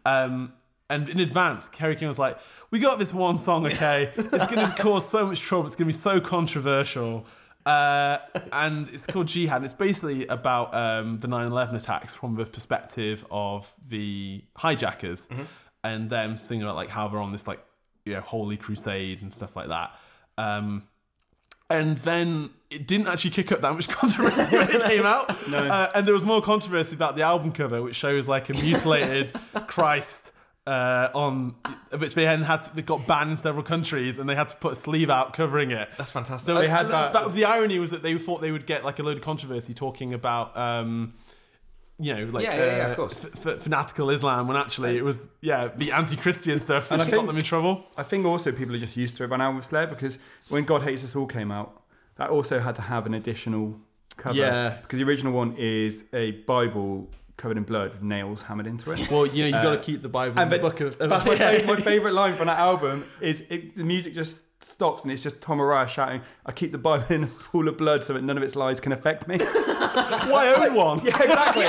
Speaker 5: Um, and in advance, Kerry King was like, "We got this one song, okay? It's going to cause so much trouble. It's going to be so controversial." Uh, and it's called Jihad. And it's basically about um, the 9/11 attacks from the perspective of the hijackers, and them singing about like how they're on this like you know holy crusade and stuff like that. Um, and then it didn't actually kick up that much controversy when it came out. No. Uh, and there was more controversy about the album cover, which shows like a mutilated Christ uh, on, which they then had to, they got banned in several countries, and they had to put a sleeve out covering it.
Speaker 6: That's fantastic.
Speaker 5: So
Speaker 4: They had that-
Speaker 5: The irony was that they thought they would get like a load of controversy talking about. Um, you know, like
Speaker 6: Yeah, yeah, yeah,
Speaker 5: uh,
Speaker 6: of course.
Speaker 5: f- f- fanatical Islam, when actually it was yeah the anti-Christian stuff
Speaker 4: And
Speaker 5: which
Speaker 4: I
Speaker 5: got
Speaker 4: think-
Speaker 5: them in trouble.
Speaker 4: I think also people are just used to it by now with Slayer because when God Hates Us All came out, that also had to have an additional cover.
Speaker 5: Yeah.
Speaker 4: Because the original one is a Bible covered in blood with nails hammered into it.
Speaker 5: Well, you know, you've
Speaker 4: Uh,
Speaker 5: got to keep the Bible in
Speaker 4: And
Speaker 5: the
Speaker 4: but-
Speaker 5: book of.
Speaker 4: but my, fav- my favorite line from that album is it, the music just stops and it's just Tom Araya shouting, "I keep the Bible in a pool of blood so that none of its lies can affect me."
Speaker 5: Why own one?
Speaker 4: yeah, exactly.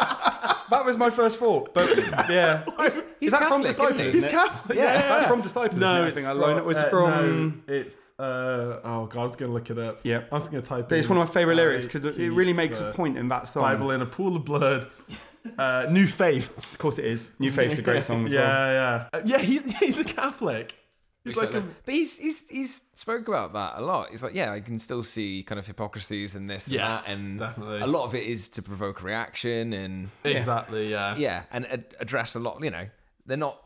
Speaker 4: that was my first thought, but yeah,
Speaker 6: He's
Speaker 4: is that from
Speaker 6: Catholic,
Speaker 4: Disciple?
Speaker 6: isn't he?
Speaker 4: isn't it?
Speaker 5: Catholic.
Speaker 4: Yeah, that's from Disciple. isn't it?
Speaker 5: No,
Speaker 4: I
Speaker 5: it's uh,
Speaker 4: think I loaned it. Was it from?
Speaker 5: no, it's uh, oh god, I was gonna look it up.
Speaker 4: Yeah.
Speaker 5: I was gonna type.
Speaker 4: But it's one of my favourite lyrics because it really makes
Speaker 5: a
Speaker 4: a point in that song.
Speaker 5: Bible in a pool of blood. Uh, new faith.
Speaker 4: Of course it is. New Faith's a great song as well.
Speaker 5: Yeah, yeah, uh, yeah. He's he's a Catholic. He's like a,
Speaker 6: But he's he's he's spoke about that a lot. He's like, yeah, I can still see kind of hypocrisies and this
Speaker 5: Yeah,
Speaker 6: and that, and
Speaker 5: definitely.
Speaker 6: a lot of it is to provoke reaction and
Speaker 5: exactly. Yeah.
Speaker 6: yeah, and ad- address a lot. You know, they're not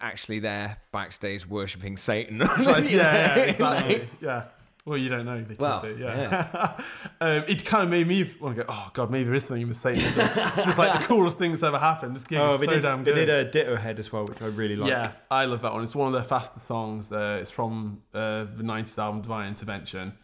Speaker 6: actually there backstage worshiping Satan.
Speaker 5: Like,
Speaker 6: You
Speaker 5: yeah, yeah,
Speaker 6: know?
Speaker 5: exactly.
Speaker 6: Like-
Speaker 5: yeah. Well, you don't know. They could
Speaker 6: Well,
Speaker 5: do, yeah. um, it kind of made me want to go. Oh God, maybe there is something with Satanism. this is like the coolest thing that's ever happened. This game
Speaker 4: Oh,
Speaker 5: is
Speaker 4: they
Speaker 5: so
Speaker 4: did,
Speaker 5: damn
Speaker 4: they
Speaker 5: good.
Speaker 4: did a Ditto Head as well, which I really like.
Speaker 5: Yeah, I love that one. It's one of their fastest songs. Uh, it's from uh, the 90s album Divine Intervention.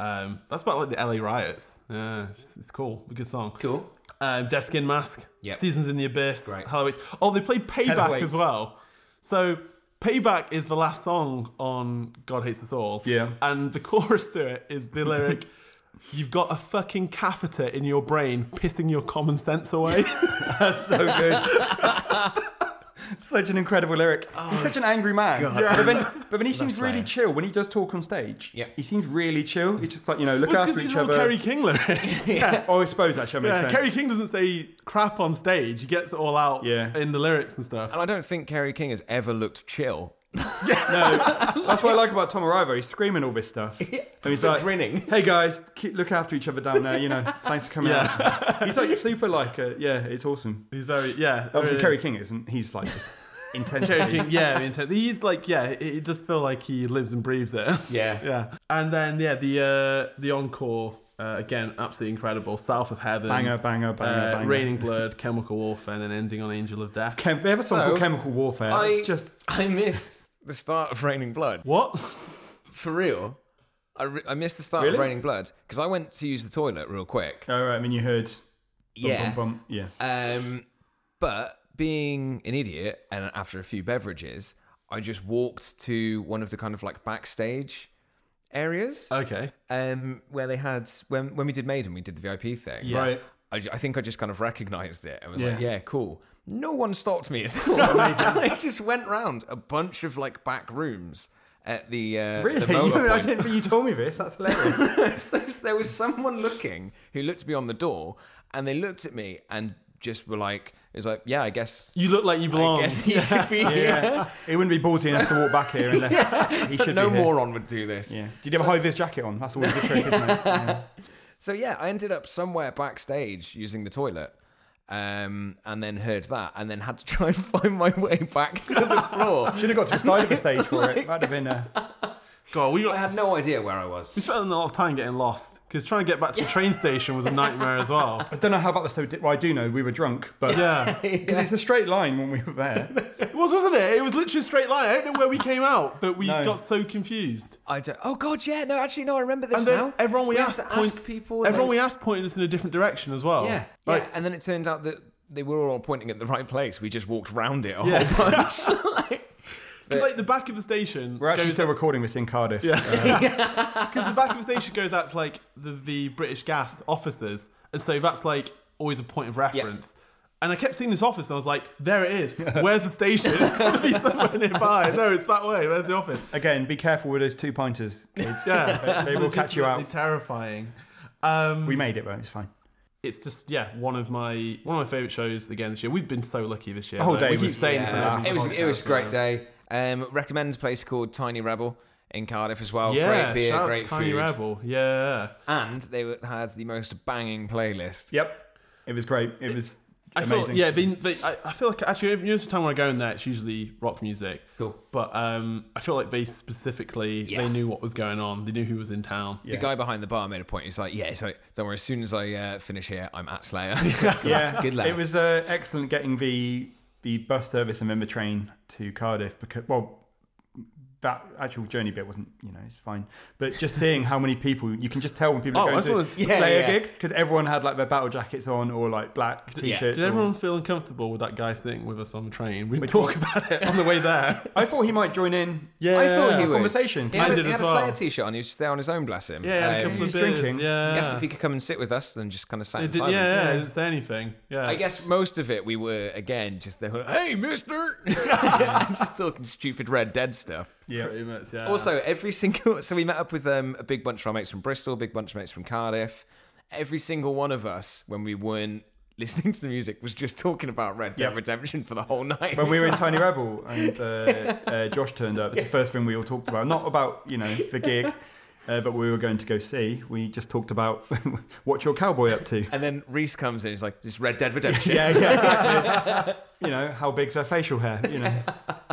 Speaker 5: Um, that's about like the LA riots. Yeah, it's, it's cool. A good song.
Speaker 6: Cool.
Speaker 5: Um, Death Skin Mask.
Speaker 6: Yep.
Speaker 5: Seasons in the Abyss.
Speaker 6: Great.
Speaker 5: Halloween. Oh, they played Payback
Speaker 4: Heatherweight.
Speaker 5: as well. So Payback is the last song on God Hates Us All.
Speaker 4: Yeah.
Speaker 5: And the chorus to it is the lyric. You've got a fucking catheter in your brain pissing your common sense away.
Speaker 4: That's so good. Such an incredible lyric. He's such an angry man. But, when, but when he seems really chill, when he does talk on stage,
Speaker 6: Yeah.
Speaker 4: he seems really chill. He's just like, you know, look
Speaker 5: Well, it's 'cause
Speaker 4: after
Speaker 5: these
Speaker 4: each
Speaker 5: are all
Speaker 4: other.
Speaker 5: Kerry King lyrics.
Speaker 4: Oh, I suppose that should make
Speaker 5: Yeah,
Speaker 4: sense.
Speaker 5: Kerry King doesn't say crap on stage. He gets it all out
Speaker 4: Yeah.
Speaker 5: in the lyrics and stuff.
Speaker 6: And I don't think Kerry King has ever looked chill.
Speaker 4: That's what I like about Tom Arrivo. He's screaming all this stuff. And he's like,
Speaker 6: grinning.
Speaker 4: Hey guys, keep, look after each other down there. You know, thanks for coming out. He's like super like, uh, yeah, it's awesome.
Speaker 5: He's very yeah.
Speaker 4: Obviously,
Speaker 5: very-
Speaker 4: Kerry King isn't. He's like just intense.
Speaker 5: Kerry King, yeah, the intense. He's like yeah. It, it does feel like he lives and breathes it.
Speaker 6: Yeah.
Speaker 5: yeah. And then yeah, the uh, the encore uh, again, absolutely incredible. South of Heaven,
Speaker 4: Banger, banger, banger,
Speaker 5: uh,
Speaker 4: banger.
Speaker 5: Raining Blood, Chemical Warfare, and then ending on Angel of Death.
Speaker 4: Chem- they have a song
Speaker 6: So,
Speaker 4: called Chemical Warfare.
Speaker 6: I
Speaker 4: It's just
Speaker 6: I missed the start of Raining Blood.
Speaker 5: what?
Speaker 6: For real. I, re- I missed the start
Speaker 4: Really?
Speaker 6: of Raining Blood because I went to use the toilet real quick.
Speaker 4: oh, right, I mean, you heard. bum,
Speaker 6: yeah.
Speaker 4: Bum, bum. Yeah.
Speaker 6: Um, but being an idiot and after a few beverages, I just walked to one of the kind of like backstage areas
Speaker 5: Okay.
Speaker 6: um, where they had when when we did Maiden, we did the VIP thing.
Speaker 5: Yeah.
Speaker 4: Right.
Speaker 6: I, ju- I think I just kind of recognized it and was like,
Speaker 4: Yeah.
Speaker 6: yeah, cool. No one stopped me at all. I just went round a bunch of like back rooms at the uh,
Speaker 4: Really?
Speaker 6: the motor
Speaker 4: You- I
Speaker 6: point.
Speaker 4: didn't think you told me this. That's hilarious.
Speaker 6: so there was someone looking who looked beyond the door, and they looked at me and just were like, "It was like, yeah, I guess
Speaker 5: You look like you belong.
Speaker 6: I guess he should be here.
Speaker 4: yeah. He wouldn't be ballsy enough to walk back here unless he should
Speaker 6: no
Speaker 4: be here.
Speaker 6: moron would do this.
Speaker 4: Yeah. Did you have a high vis jacket on? That's always the trick, isn't it?
Speaker 6: So yeah, I ended up somewhere backstage using the toilet. um, and then heard that, and then had to try and find my way back to the floor.
Speaker 4: Should have got to the side of the stage for it. That'd have been uh, a.
Speaker 5: God, we
Speaker 6: I
Speaker 5: got,
Speaker 6: had no idea where I was.
Speaker 5: we spent a lot of time getting lost because trying to get back to the train station was a nightmare as well.
Speaker 4: I don't know how about the so. Di- well, I do know we were drunk, but
Speaker 5: Yeah, it
Speaker 4: because it's a straight line when we were there.
Speaker 5: was, wasn't it? It was literally a straight line. I don't know where we came out, but we
Speaker 4: No.
Speaker 5: got so confused.
Speaker 6: I don't. Oh God, yeah. No, actually, no. I remember this
Speaker 5: And then
Speaker 6: now.
Speaker 5: everyone we,
Speaker 6: had
Speaker 5: asked,
Speaker 6: to
Speaker 5: point-
Speaker 6: ask people. and
Speaker 5: everyone
Speaker 6: they-
Speaker 5: we asked pointed us in a different direction as well.
Speaker 6: Yeah,
Speaker 5: Like,
Speaker 6: yeah. And then it turns out that they were all pointing at the right place. We just walked round it a
Speaker 5: Yeah.
Speaker 6: whole bunch. like,
Speaker 5: It's like the back of the station.
Speaker 4: We're actually
Speaker 5: goes
Speaker 4: still recording this in Cardiff. Yeah.
Speaker 5: because the back of the station goes out to like the, the British Gas offices, and so that's like always a point of reference. And I kept seeing this office, and I was like, "There it is. Where's the station? It's got to be somewhere nearby. No, it's that way. Where's the office?
Speaker 4: Again, be careful with those two pointers. kids.
Speaker 5: Yeah,
Speaker 4: They will catch you out.
Speaker 5: It's terrifying. Um,
Speaker 4: We made it, though. It's fine.
Speaker 5: it's just yeah, one of my one of my favorite shows again this year. We've been so lucky this year.
Speaker 4: whole
Speaker 5: though.
Speaker 4: day
Speaker 5: we keep
Speaker 4: Oh, was-
Speaker 5: saying
Speaker 4: Yeah.
Speaker 5: this on every
Speaker 6: it was it was a
Speaker 5: podcast,
Speaker 6: great
Speaker 5: yeah.
Speaker 6: day. Um, recommends a place called Tiny Rebel in Cardiff as well.
Speaker 5: Yeah,
Speaker 6: great beer,
Speaker 5: shout out to
Speaker 6: great
Speaker 5: Tiny
Speaker 6: food,
Speaker 5: Rebel. Yeah,
Speaker 6: and they were- had the most banging playlist.
Speaker 4: Yep. It was great. It was
Speaker 5: I
Speaker 4: amazing.
Speaker 5: feel yeah. They, they, I, I feel like actually, every most of the time when I go in there, it's usually rock music.
Speaker 6: Cool.
Speaker 5: But um, I feel like they specifically
Speaker 6: Yeah.
Speaker 5: they knew what was going on. They knew who was in town.
Speaker 6: The guy behind the bar made a point. He's like, "Yeah, so don't worry. As soon as I uh, finish here, I'm at Slayer."
Speaker 4: yeah,
Speaker 6: Good lad.
Speaker 4: It was uh, excellent getting the the bus service and then the train to Cardiff because well, that actual journey bit wasn't you know it's fine, but just seeing how many people you can just tell when people
Speaker 5: Oh,
Speaker 4: are
Speaker 5: I
Speaker 4: going to
Speaker 5: just wanna-
Speaker 6: yeah,
Speaker 4: Slayer
Speaker 6: yeah.
Speaker 4: gigs because everyone had like their battle jackets on or like black t-shirts.
Speaker 5: Did
Speaker 4: or-
Speaker 5: everyone feel uncomfortable with that guy sitting with us on the train? We didn't
Speaker 4: Which
Speaker 5: talk about it on the way there.
Speaker 4: I thought he might join in.
Speaker 5: Yeah.
Speaker 6: I thought he
Speaker 5: Yeah,
Speaker 6: would.
Speaker 4: conversation.
Speaker 6: He had,
Speaker 5: I
Speaker 6: a-
Speaker 5: did
Speaker 6: he had
Speaker 5: uh, as
Speaker 6: a Slayer
Speaker 5: well.
Speaker 6: T-shirt on. He was just there on his own. Bless him.
Speaker 5: Yeah,
Speaker 6: Um,
Speaker 5: a couple of
Speaker 4: was
Speaker 5: beers.
Speaker 4: drinking.
Speaker 5: Yeah.
Speaker 6: he asked if he could come and sit with us and just kind of sat.
Speaker 5: They
Speaker 6: in
Speaker 5: did- yeah,
Speaker 6: silence.
Speaker 5: yeah, I didn't say anything. Yeah.
Speaker 6: I guess most of it we were again just there. going, Hey, Mister, I'm just talking stupid Red Dead stuff.
Speaker 4: Yeah.
Speaker 5: pretty much. Yeah.
Speaker 6: Also, every single so we met up with um, a big bunch of our mates from Bristol, a big bunch of mates from Cardiff. Every single one of us, when we weren't listening to the music, was just talking about Red Dead
Speaker 4: Yeah.
Speaker 6: Redemption for the whole night.
Speaker 4: When we were in Tiny Rebel and uh, uh, Josh turned up, it's the first thing we all talked about. Not about, you know, the gig, uh, but we were going to go see. We just talked about what your cowboy up to.
Speaker 6: and then Reese comes in, he's like, "This is Red Dead Redemption."
Speaker 4: yeah, yeah. exactly. you know, how big's her facial hair? You know,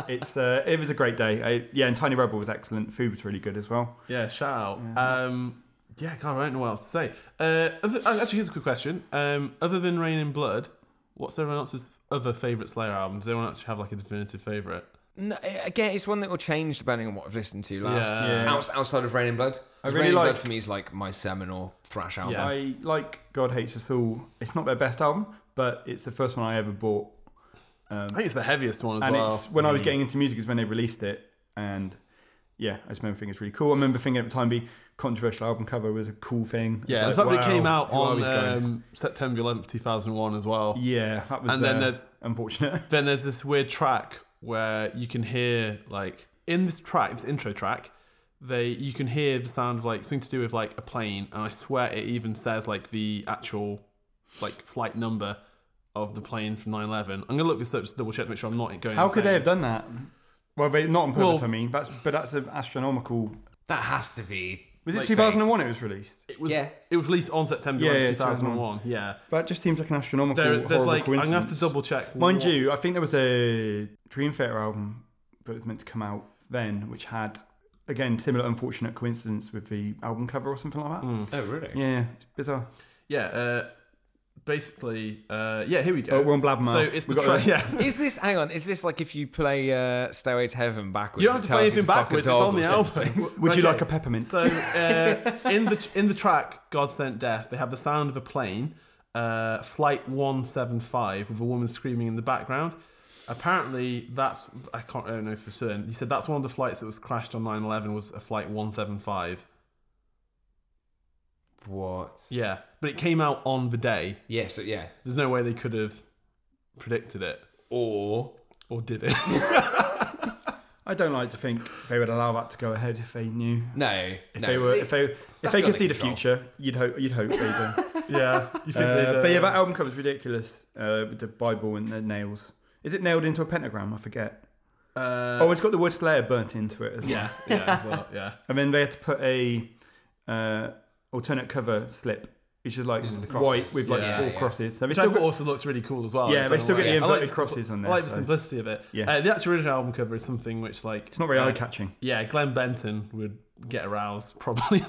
Speaker 4: it's uh, it was a great day. I, yeah, and Tiny Rebel was excellent. Food was really good as well.
Speaker 5: Yeah, shout out. Um, yeah, God, I don't know what else to say. Uh, other, uh, actually, here's a quick question. Um, other than Rain and Blood, what's everyone else's other favourite Slayer album? Does anyone actually have like a definitive favourite?
Speaker 6: No, uh, again, it's one that will change depending on what I've listened to last.
Speaker 5: Yeah.
Speaker 4: Yeah.
Speaker 6: Outs- outside of Rain and Blood, I
Speaker 4: really
Speaker 6: Rain and
Speaker 4: like-
Speaker 6: Blood for me is like my seminal thrash album.
Speaker 5: Yeah.
Speaker 4: I like God Hates Us All. It's not their best album, but it's the first one I ever bought.
Speaker 5: I think it's the heaviest one as
Speaker 4: And
Speaker 5: well. mm.
Speaker 4: it's when I was getting into music is when they released it. And yeah, I just remember thinking it's really cool. I remember thinking at the time, the controversial album cover was a cool thing.
Speaker 5: yeah, it's
Speaker 4: It's
Speaker 5: like
Speaker 4: wow,
Speaker 5: they came out
Speaker 4: who are
Speaker 5: on
Speaker 4: these guys?
Speaker 5: um, September 11th, 2001 as well.
Speaker 4: yeah, that was
Speaker 5: and then
Speaker 4: uh,
Speaker 5: there's-
Speaker 4: unfortunate.
Speaker 5: Then there's this weird track where you can hear like in this track, this intro track, they you can hear the sound of like something to do with like a plane, and I swear it even says like the actual like flight number of the plane from 9/11. I'm gonna look this up just to double check to make sure I'm not going.
Speaker 4: How could they have done that? Well, they, not on purpose.
Speaker 5: Well-
Speaker 4: I mean, that's but that's an astronomical.
Speaker 6: That has to be.
Speaker 4: Was
Speaker 6: Like
Speaker 4: it 2001? It was released.
Speaker 5: It was
Speaker 6: Yeah.
Speaker 5: it was released on September
Speaker 4: Yeah,
Speaker 5: 11th,
Speaker 4: yeah,
Speaker 5: 2001. Yeah,
Speaker 4: That just seems like an astronomical.
Speaker 5: there, there's
Speaker 4: horrible
Speaker 5: like I'm gonna
Speaker 4: coincidence.
Speaker 5: have to double check.
Speaker 4: Mind
Speaker 5: what-
Speaker 4: you, I think there was a Dream Theater album that was meant to come out then, which had again similar unfortunate coincidence with the album cover or something like that.
Speaker 5: Hmm.
Speaker 6: Oh, really?
Speaker 4: Yeah, it's bizarre.
Speaker 5: yeah. Uh, basically, uh, yeah. Here we go.
Speaker 4: Oh, we're on Blabbermouth.
Speaker 5: So it's the
Speaker 4: We've got
Speaker 5: track.
Speaker 4: to-
Speaker 5: Yeah.
Speaker 6: Is this? Hang on. Is this like if you play uh, Stairway to Heaven backwards?
Speaker 5: You
Speaker 6: it
Speaker 5: don't have to play
Speaker 6: tells you
Speaker 5: anything
Speaker 6: fuck a
Speaker 5: backwards. It's
Speaker 6: dog
Speaker 5: on
Speaker 6: or
Speaker 5: the
Speaker 6: something?
Speaker 5: album.
Speaker 4: Would you
Speaker 5: Okay.
Speaker 4: like a peppermint?
Speaker 5: So uh, in the in the track "God Sent Death," they have the sound of a plane, uh, flight one seven five, with a woman screaming in the background. Apparently, that's I can't I don't know for certain. He said that's one of the flights that was crashed on 9/11 was a flight one seven five.
Speaker 6: What?
Speaker 5: Yeah, but it came out on the day.
Speaker 6: Yes. Yeah, so- yeah.
Speaker 5: There's no way they could have predicted it
Speaker 6: Or
Speaker 5: or did it.
Speaker 4: I don't like to think they would allow that to go ahead if they knew.
Speaker 6: no. If no.
Speaker 4: They were if they if they
Speaker 6: beyond
Speaker 4: could see the
Speaker 6: control.
Speaker 4: future, you'd hope you'd hope they do.
Speaker 5: yeah, you think they'd,
Speaker 4: Uh, but yeah,
Speaker 5: uh,
Speaker 4: that album cover's ridiculous uh, with the Bible and the nails. Is it nailed into a pentagram? I forget.
Speaker 5: uh,
Speaker 4: Oh, it's got the word Slayer burnt into it as well.
Speaker 5: yeah, yeah, as well, yeah.
Speaker 4: And then they had to put a uh, alternate cover slip It's just like
Speaker 6: These are the
Speaker 4: white
Speaker 6: crosses.
Speaker 4: with like
Speaker 5: Yeah,
Speaker 4: four
Speaker 6: yeah.
Speaker 4: crosses. So they
Speaker 5: Which
Speaker 4: still
Speaker 5: I thought also looked really cool as well.
Speaker 4: Yeah,
Speaker 5: in
Speaker 4: they
Speaker 5: some
Speaker 4: still get
Speaker 5: way.
Speaker 4: the
Speaker 5: I like
Speaker 4: inverted
Speaker 5: the-
Speaker 4: crosses on
Speaker 5: I
Speaker 4: there,
Speaker 5: like the
Speaker 4: so-
Speaker 5: simplicity of it.
Speaker 4: Yeah.
Speaker 5: Uh, the actual original album cover is something which, like, uh,
Speaker 4: it's not very eye catching.
Speaker 5: Yeah, Glenn Benton would get aroused probably.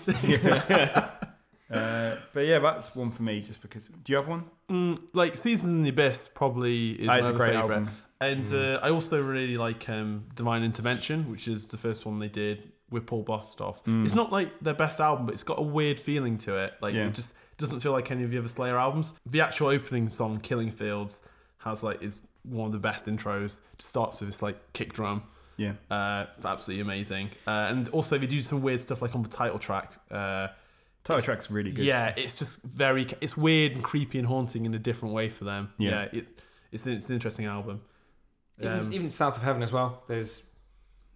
Speaker 4: Uh, but yeah, that's one for me just because. Do you have one?
Speaker 5: Mm, like Seasons in the Abyss probably
Speaker 4: That
Speaker 5: is my
Speaker 4: is a
Speaker 5: other
Speaker 4: great
Speaker 5: favorite.
Speaker 4: album. Mm.
Speaker 5: And uh, I also really like um, Divine Intervention, which is the first one they did with Paul Bostoff.
Speaker 4: Mm.
Speaker 5: It's not like their best album, but it's got a weird feeling to it. Like
Speaker 4: Yeah.
Speaker 5: it just doesn't feel like any of the other Slayer albums. The actual opening song, Killing Fields, has like is one of the best intros. It starts with this like kick drum.
Speaker 4: Yeah.
Speaker 5: Uh, it's absolutely amazing. Uh, and also they do some weird stuff like on the title track. Uh,
Speaker 4: Title track's really good.
Speaker 5: yeah, it's just very it's weird and creepy and haunting in a different way for them.
Speaker 4: Yeah.
Speaker 5: Yeah, it, it's an, it's an interesting album.
Speaker 6: Even,
Speaker 5: Um,
Speaker 6: even South of Heaven as well. There's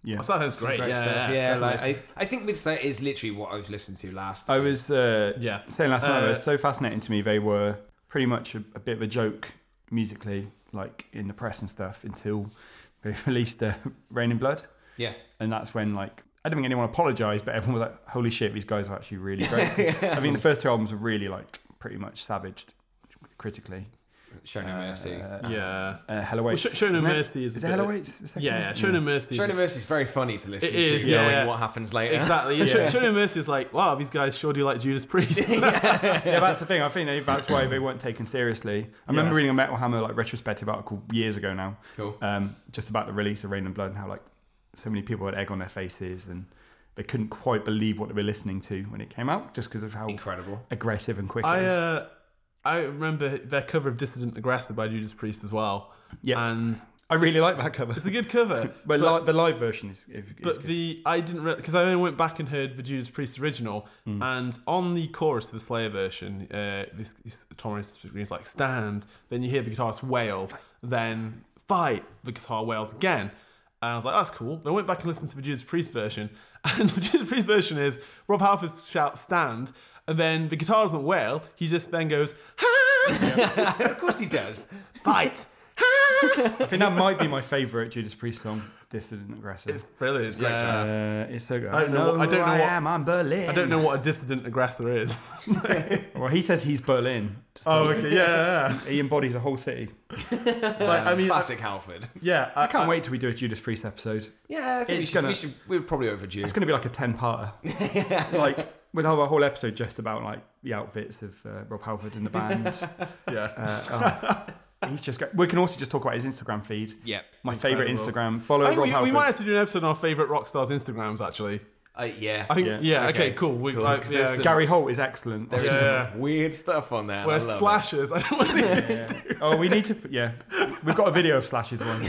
Speaker 4: Yeah.
Speaker 5: That sounds great.
Speaker 6: great
Speaker 5: yeah,
Speaker 6: stuff.
Speaker 5: yeah,
Speaker 6: Yeah,
Speaker 5: definitely. Oh.
Speaker 6: like I, I think with that is literally what I was listening to last.
Speaker 4: I was uh,
Speaker 5: Yeah.
Speaker 4: saying last night, it
Speaker 5: Uh,
Speaker 4: was so fascinating to me. They were pretty much a, a bit of a joke musically, like in the press and stuff, until they released uh, Rain in Blood.
Speaker 6: yeah,
Speaker 4: And that's when, like, I didn't think anyone apologised, but everyone was like, holy shit, these guys are actually really great. I mean, the first two albums were really, like, pretty much savaged critically.
Speaker 6: Shown no Mercy.
Speaker 4: Uh,
Speaker 5: yeah.
Speaker 4: Uh, Hello
Speaker 5: Well,
Speaker 4: Waits.
Speaker 5: Sh- Shown No
Speaker 4: isn't it?
Speaker 5: Mercy is
Speaker 4: Is
Speaker 5: a
Speaker 4: it
Speaker 5: bit-
Speaker 4: Hello Waits? the second
Speaker 5: Yeah,
Speaker 4: one?
Speaker 5: yeah. Show No Mercy. is-
Speaker 6: Shown no Mercy is very funny to listen
Speaker 5: It
Speaker 6: to.
Speaker 5: is,
Speaker 6: knowing
Speaker 5: yeah.
Speaker 6: what happens later.
Speaker 5: Exactly. Yeah.
Speaker 4: Yeah.
Speaker 5: Show, Show No Mercy is like, wow, these guys sure do like Judas Priest.
Speaker 4: yeah, that's the thing. I think they- that's why they weren't taken seriously. I remember
Speaker 5: Yeah.
Speaker 4: reading a Metal Hammer like retrospective article years ago now,
Speaker 6: Cool.
Speaker 4: um, just about the release of Rain and Blood and how like so many people had egg on their faces and they couldn't quite believe what they were listening to when it came out, just because of how
Speaker 6: Incredible.
Speaker 4: aggressive and quick.
Speaker 5: I
Speaker 4: it is.
Speaker 5: uh, I remember their cover of Dissident Aggressor by Judas Priest as well.
Speaker 4: Yeah.
Speaker 5: and
Speaker 4: I really like that cover.
Speaker 5: it's a good cover.
Speaker 4: But, li- the live version is, is, is
Speaker 5: But
Speaker 4: good.
Speaker 5: the I didn't because I only went back and heard the Judas Priest original, and on the chorus of the Slayer version, uh, this, this Thomas is like stand. Then you hear the guitarist wail, then fight. The guitar wails again, and I was like, that's cool. Then I went back and listened to the Judas Priest version, and the Judas Priest version is Rob Halford shouts stand, and then the guitar doesn't wail. He just then goes "Ah,
Speaker 6: of course he does.
Speaker 5: fight.
Speaker 4: I think that might be my favourite Judas Priest song, Dissident Aggressor.
Speaker 5: It's brilliant. It's great.
Speaker 6: Yeah.
Speaker 4: uh, it's so good.
Speaker 5: I don't know what- I
Speaker 4: who
Speaker 5: don't know
Speaker 4: I
Speaker 5: what-
Speaker 4: am. I'm Berlin.
Speaker 5: I don't know what a dissident aggressor is.
Speaker 4: Well, he says he's Berlin.
Speaker 5: oh, okay, yeah, yeah. yeah.
Speaker 4: He embodies a whole city.
Speaker 5: Like, I mean, I-
Speaker 6: Classic Halford.
Speaker 5: yeah, I,
Speaker 4: Can't wait till we do a Judas Priest episode.
Speaker 6: Yeah, I think we
Speaker 4: It's
Speaker 6: should,
Speaker 4: gonna-
Speaker 6: we should. We're probably overdue.
Speaker 4: It's going to be like a ten-parter. like we'll have a whole episode just about like the outfits of uh, Rob Halford and the band.
Speaker 5: Yeah,
Speaker 4: Uh, oh, he's just. Great. We can also just talk about his Instagram feed.
Speaker 6: Yep.
Speaker 4: My favorite
Speaker 5: Incredible.
Speaker 4: Instagram. Follow
Speaker 5: I
Speaker 4: Rob
Speaker 5: think we,
Speaker 4: Halford.
Speaker 5: we might have to do an episode on our favorite rock stars' Instagrams. Actually,
Speaker 6: Uh, yeah.
Speaker 5: I think
Speaker 4: Yeah.
Speaker 5: yeah. okay,
Speaker 6: Okay,
Speaker 5: cool. We,
Speaker 6: cool.
Speaker 5: Like,
Speaker 6: 'Cause
Speaker 5: yeah,
Speaker 6: there's some-
Speaker 4: Uh, Gary Holt is excellent.
Speaker 6: There is
Speaker 5: Yeah,
Speaker 6: some
Speaker 5: yeah.
Speaker 6: weird stuff on there. and
Speaker 5: we're
Speaker 6: I love
Speaker 5: slashers. I don't want to.
Speaker 4: Oh, we need to. Yeah, we've got a video of Slash's one.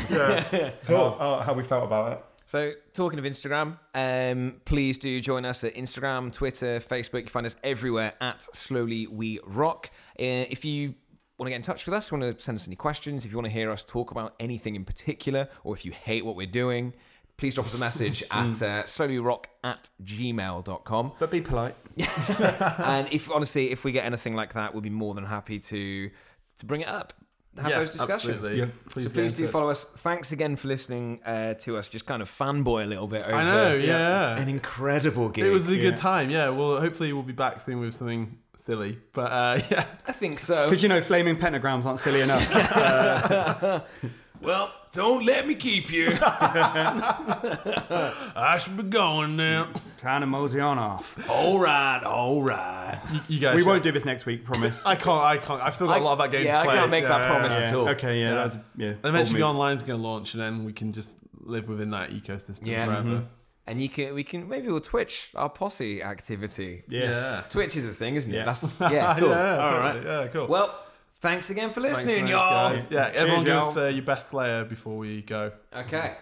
Speaker 4: Cool. Oh, how we felt about it.
Speaker 6: it. So, talking of Instagram, um, please do join us at Instagram, Twitter, Facebook. You find us everywhere at Slowly We Rock. Uh, if you want to get in touch with us, want to send us any questions, if you want to hear us talk about anything in particular, or if you hate what we're doing, please drop us a message at uh, slowlyrock at gmail.com.
Speaker 4: But be polite.
Speaker 6: and if honestly, if we get anything like that, we'll be more than happy to to bring it up, have
Speaker 5: Yeah,
Speaker 6: those discussions.
Speaker 5: absolutely.
Speaker 4: Yeah.
Speaker 6: So
Speaker 5: get
Speaker 6: please
Speaker 5: in
Speaker 6: do
Speaker 5: touch.
Speaker 6: follow us. Thanks again for listening uh, to us. Just kind of fanboy a little bit. Over
Speaker 5: I know. Yeah,
Speaker 6: An incredible gig.
Speaker 5: it was a
Speaker 4: Yeah.
Speaker 5: good time. Yeah, well, hopefully we'll be back soon with something silly. But uh, yeah,
Speaker 6: I think so.
Speaker 4: Because you know, flaming pentagrams aren't silly enough.
Speaker 6: Well, don't let me keep you.
Speaker 5: I should be going now.
Speaker 4: Time to mosey on off.
Speaker 6: all right, all right.
Speaker 5: You, you guys,
Speaker 4: We
Speaker 5: should-
Speaker 4: won't do this next week, promise.
Speaker 5: I can't. I can't. I've still got a lot of that game.
Speaker 6: yeah,
Speaker 5: to
Speaker 6: I
Speaker 5: play.
Speaker 6: can't make that promise
Speaker 5: yeah.
Speaker 6: at all.
Speaker 4: Okay, yeah,
Speaker 5: Yeah.
Speaker 4: that's yeah.
Speaker 5: And eventually,
Speaker 4: bold move.
Speaker 5: online's going to launch, and then we can just live within that ecosystem
Speaker 6: Yeah. mm-hmm.
Speaker 5: forever.
Speaker 6: And you can, we can, maybe we'll Twitch our posse activity.
Speaker 4: Yes.
Speaker 5: Yeah.
Speaker 6: Twitch is a thing, isn't it?
Speaker 4: Yeah.
Speaker 6: That's yeah, cool.
Speaker 5: yeah,
Speaker 6: all
Speaker 5: totally.
Speaker 6: right.
Speaker 5: Yeah, cool.
Speaker 6: Well, thanks again for
Speaker 5: Thanks
Speaker 6: listening,
Speaker 5: very much,
Speaker 6: y'all.
Speaker 5: guys. Yeah,
Speaker 4: Cheers,
Speaker 5: everyone, give
Speaker 4: y'all.
Speaker 5: us uh, your best Slayer before we go.
Speaker 6: Okay.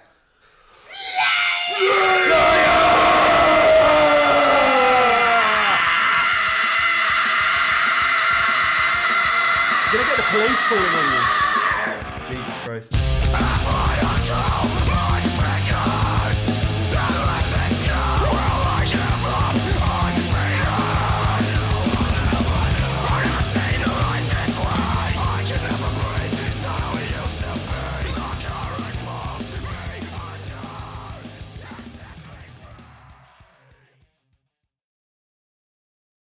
Speaker 4: Gonna get the police calling on you. Jesus Christ.
Speaker 2: Fire control,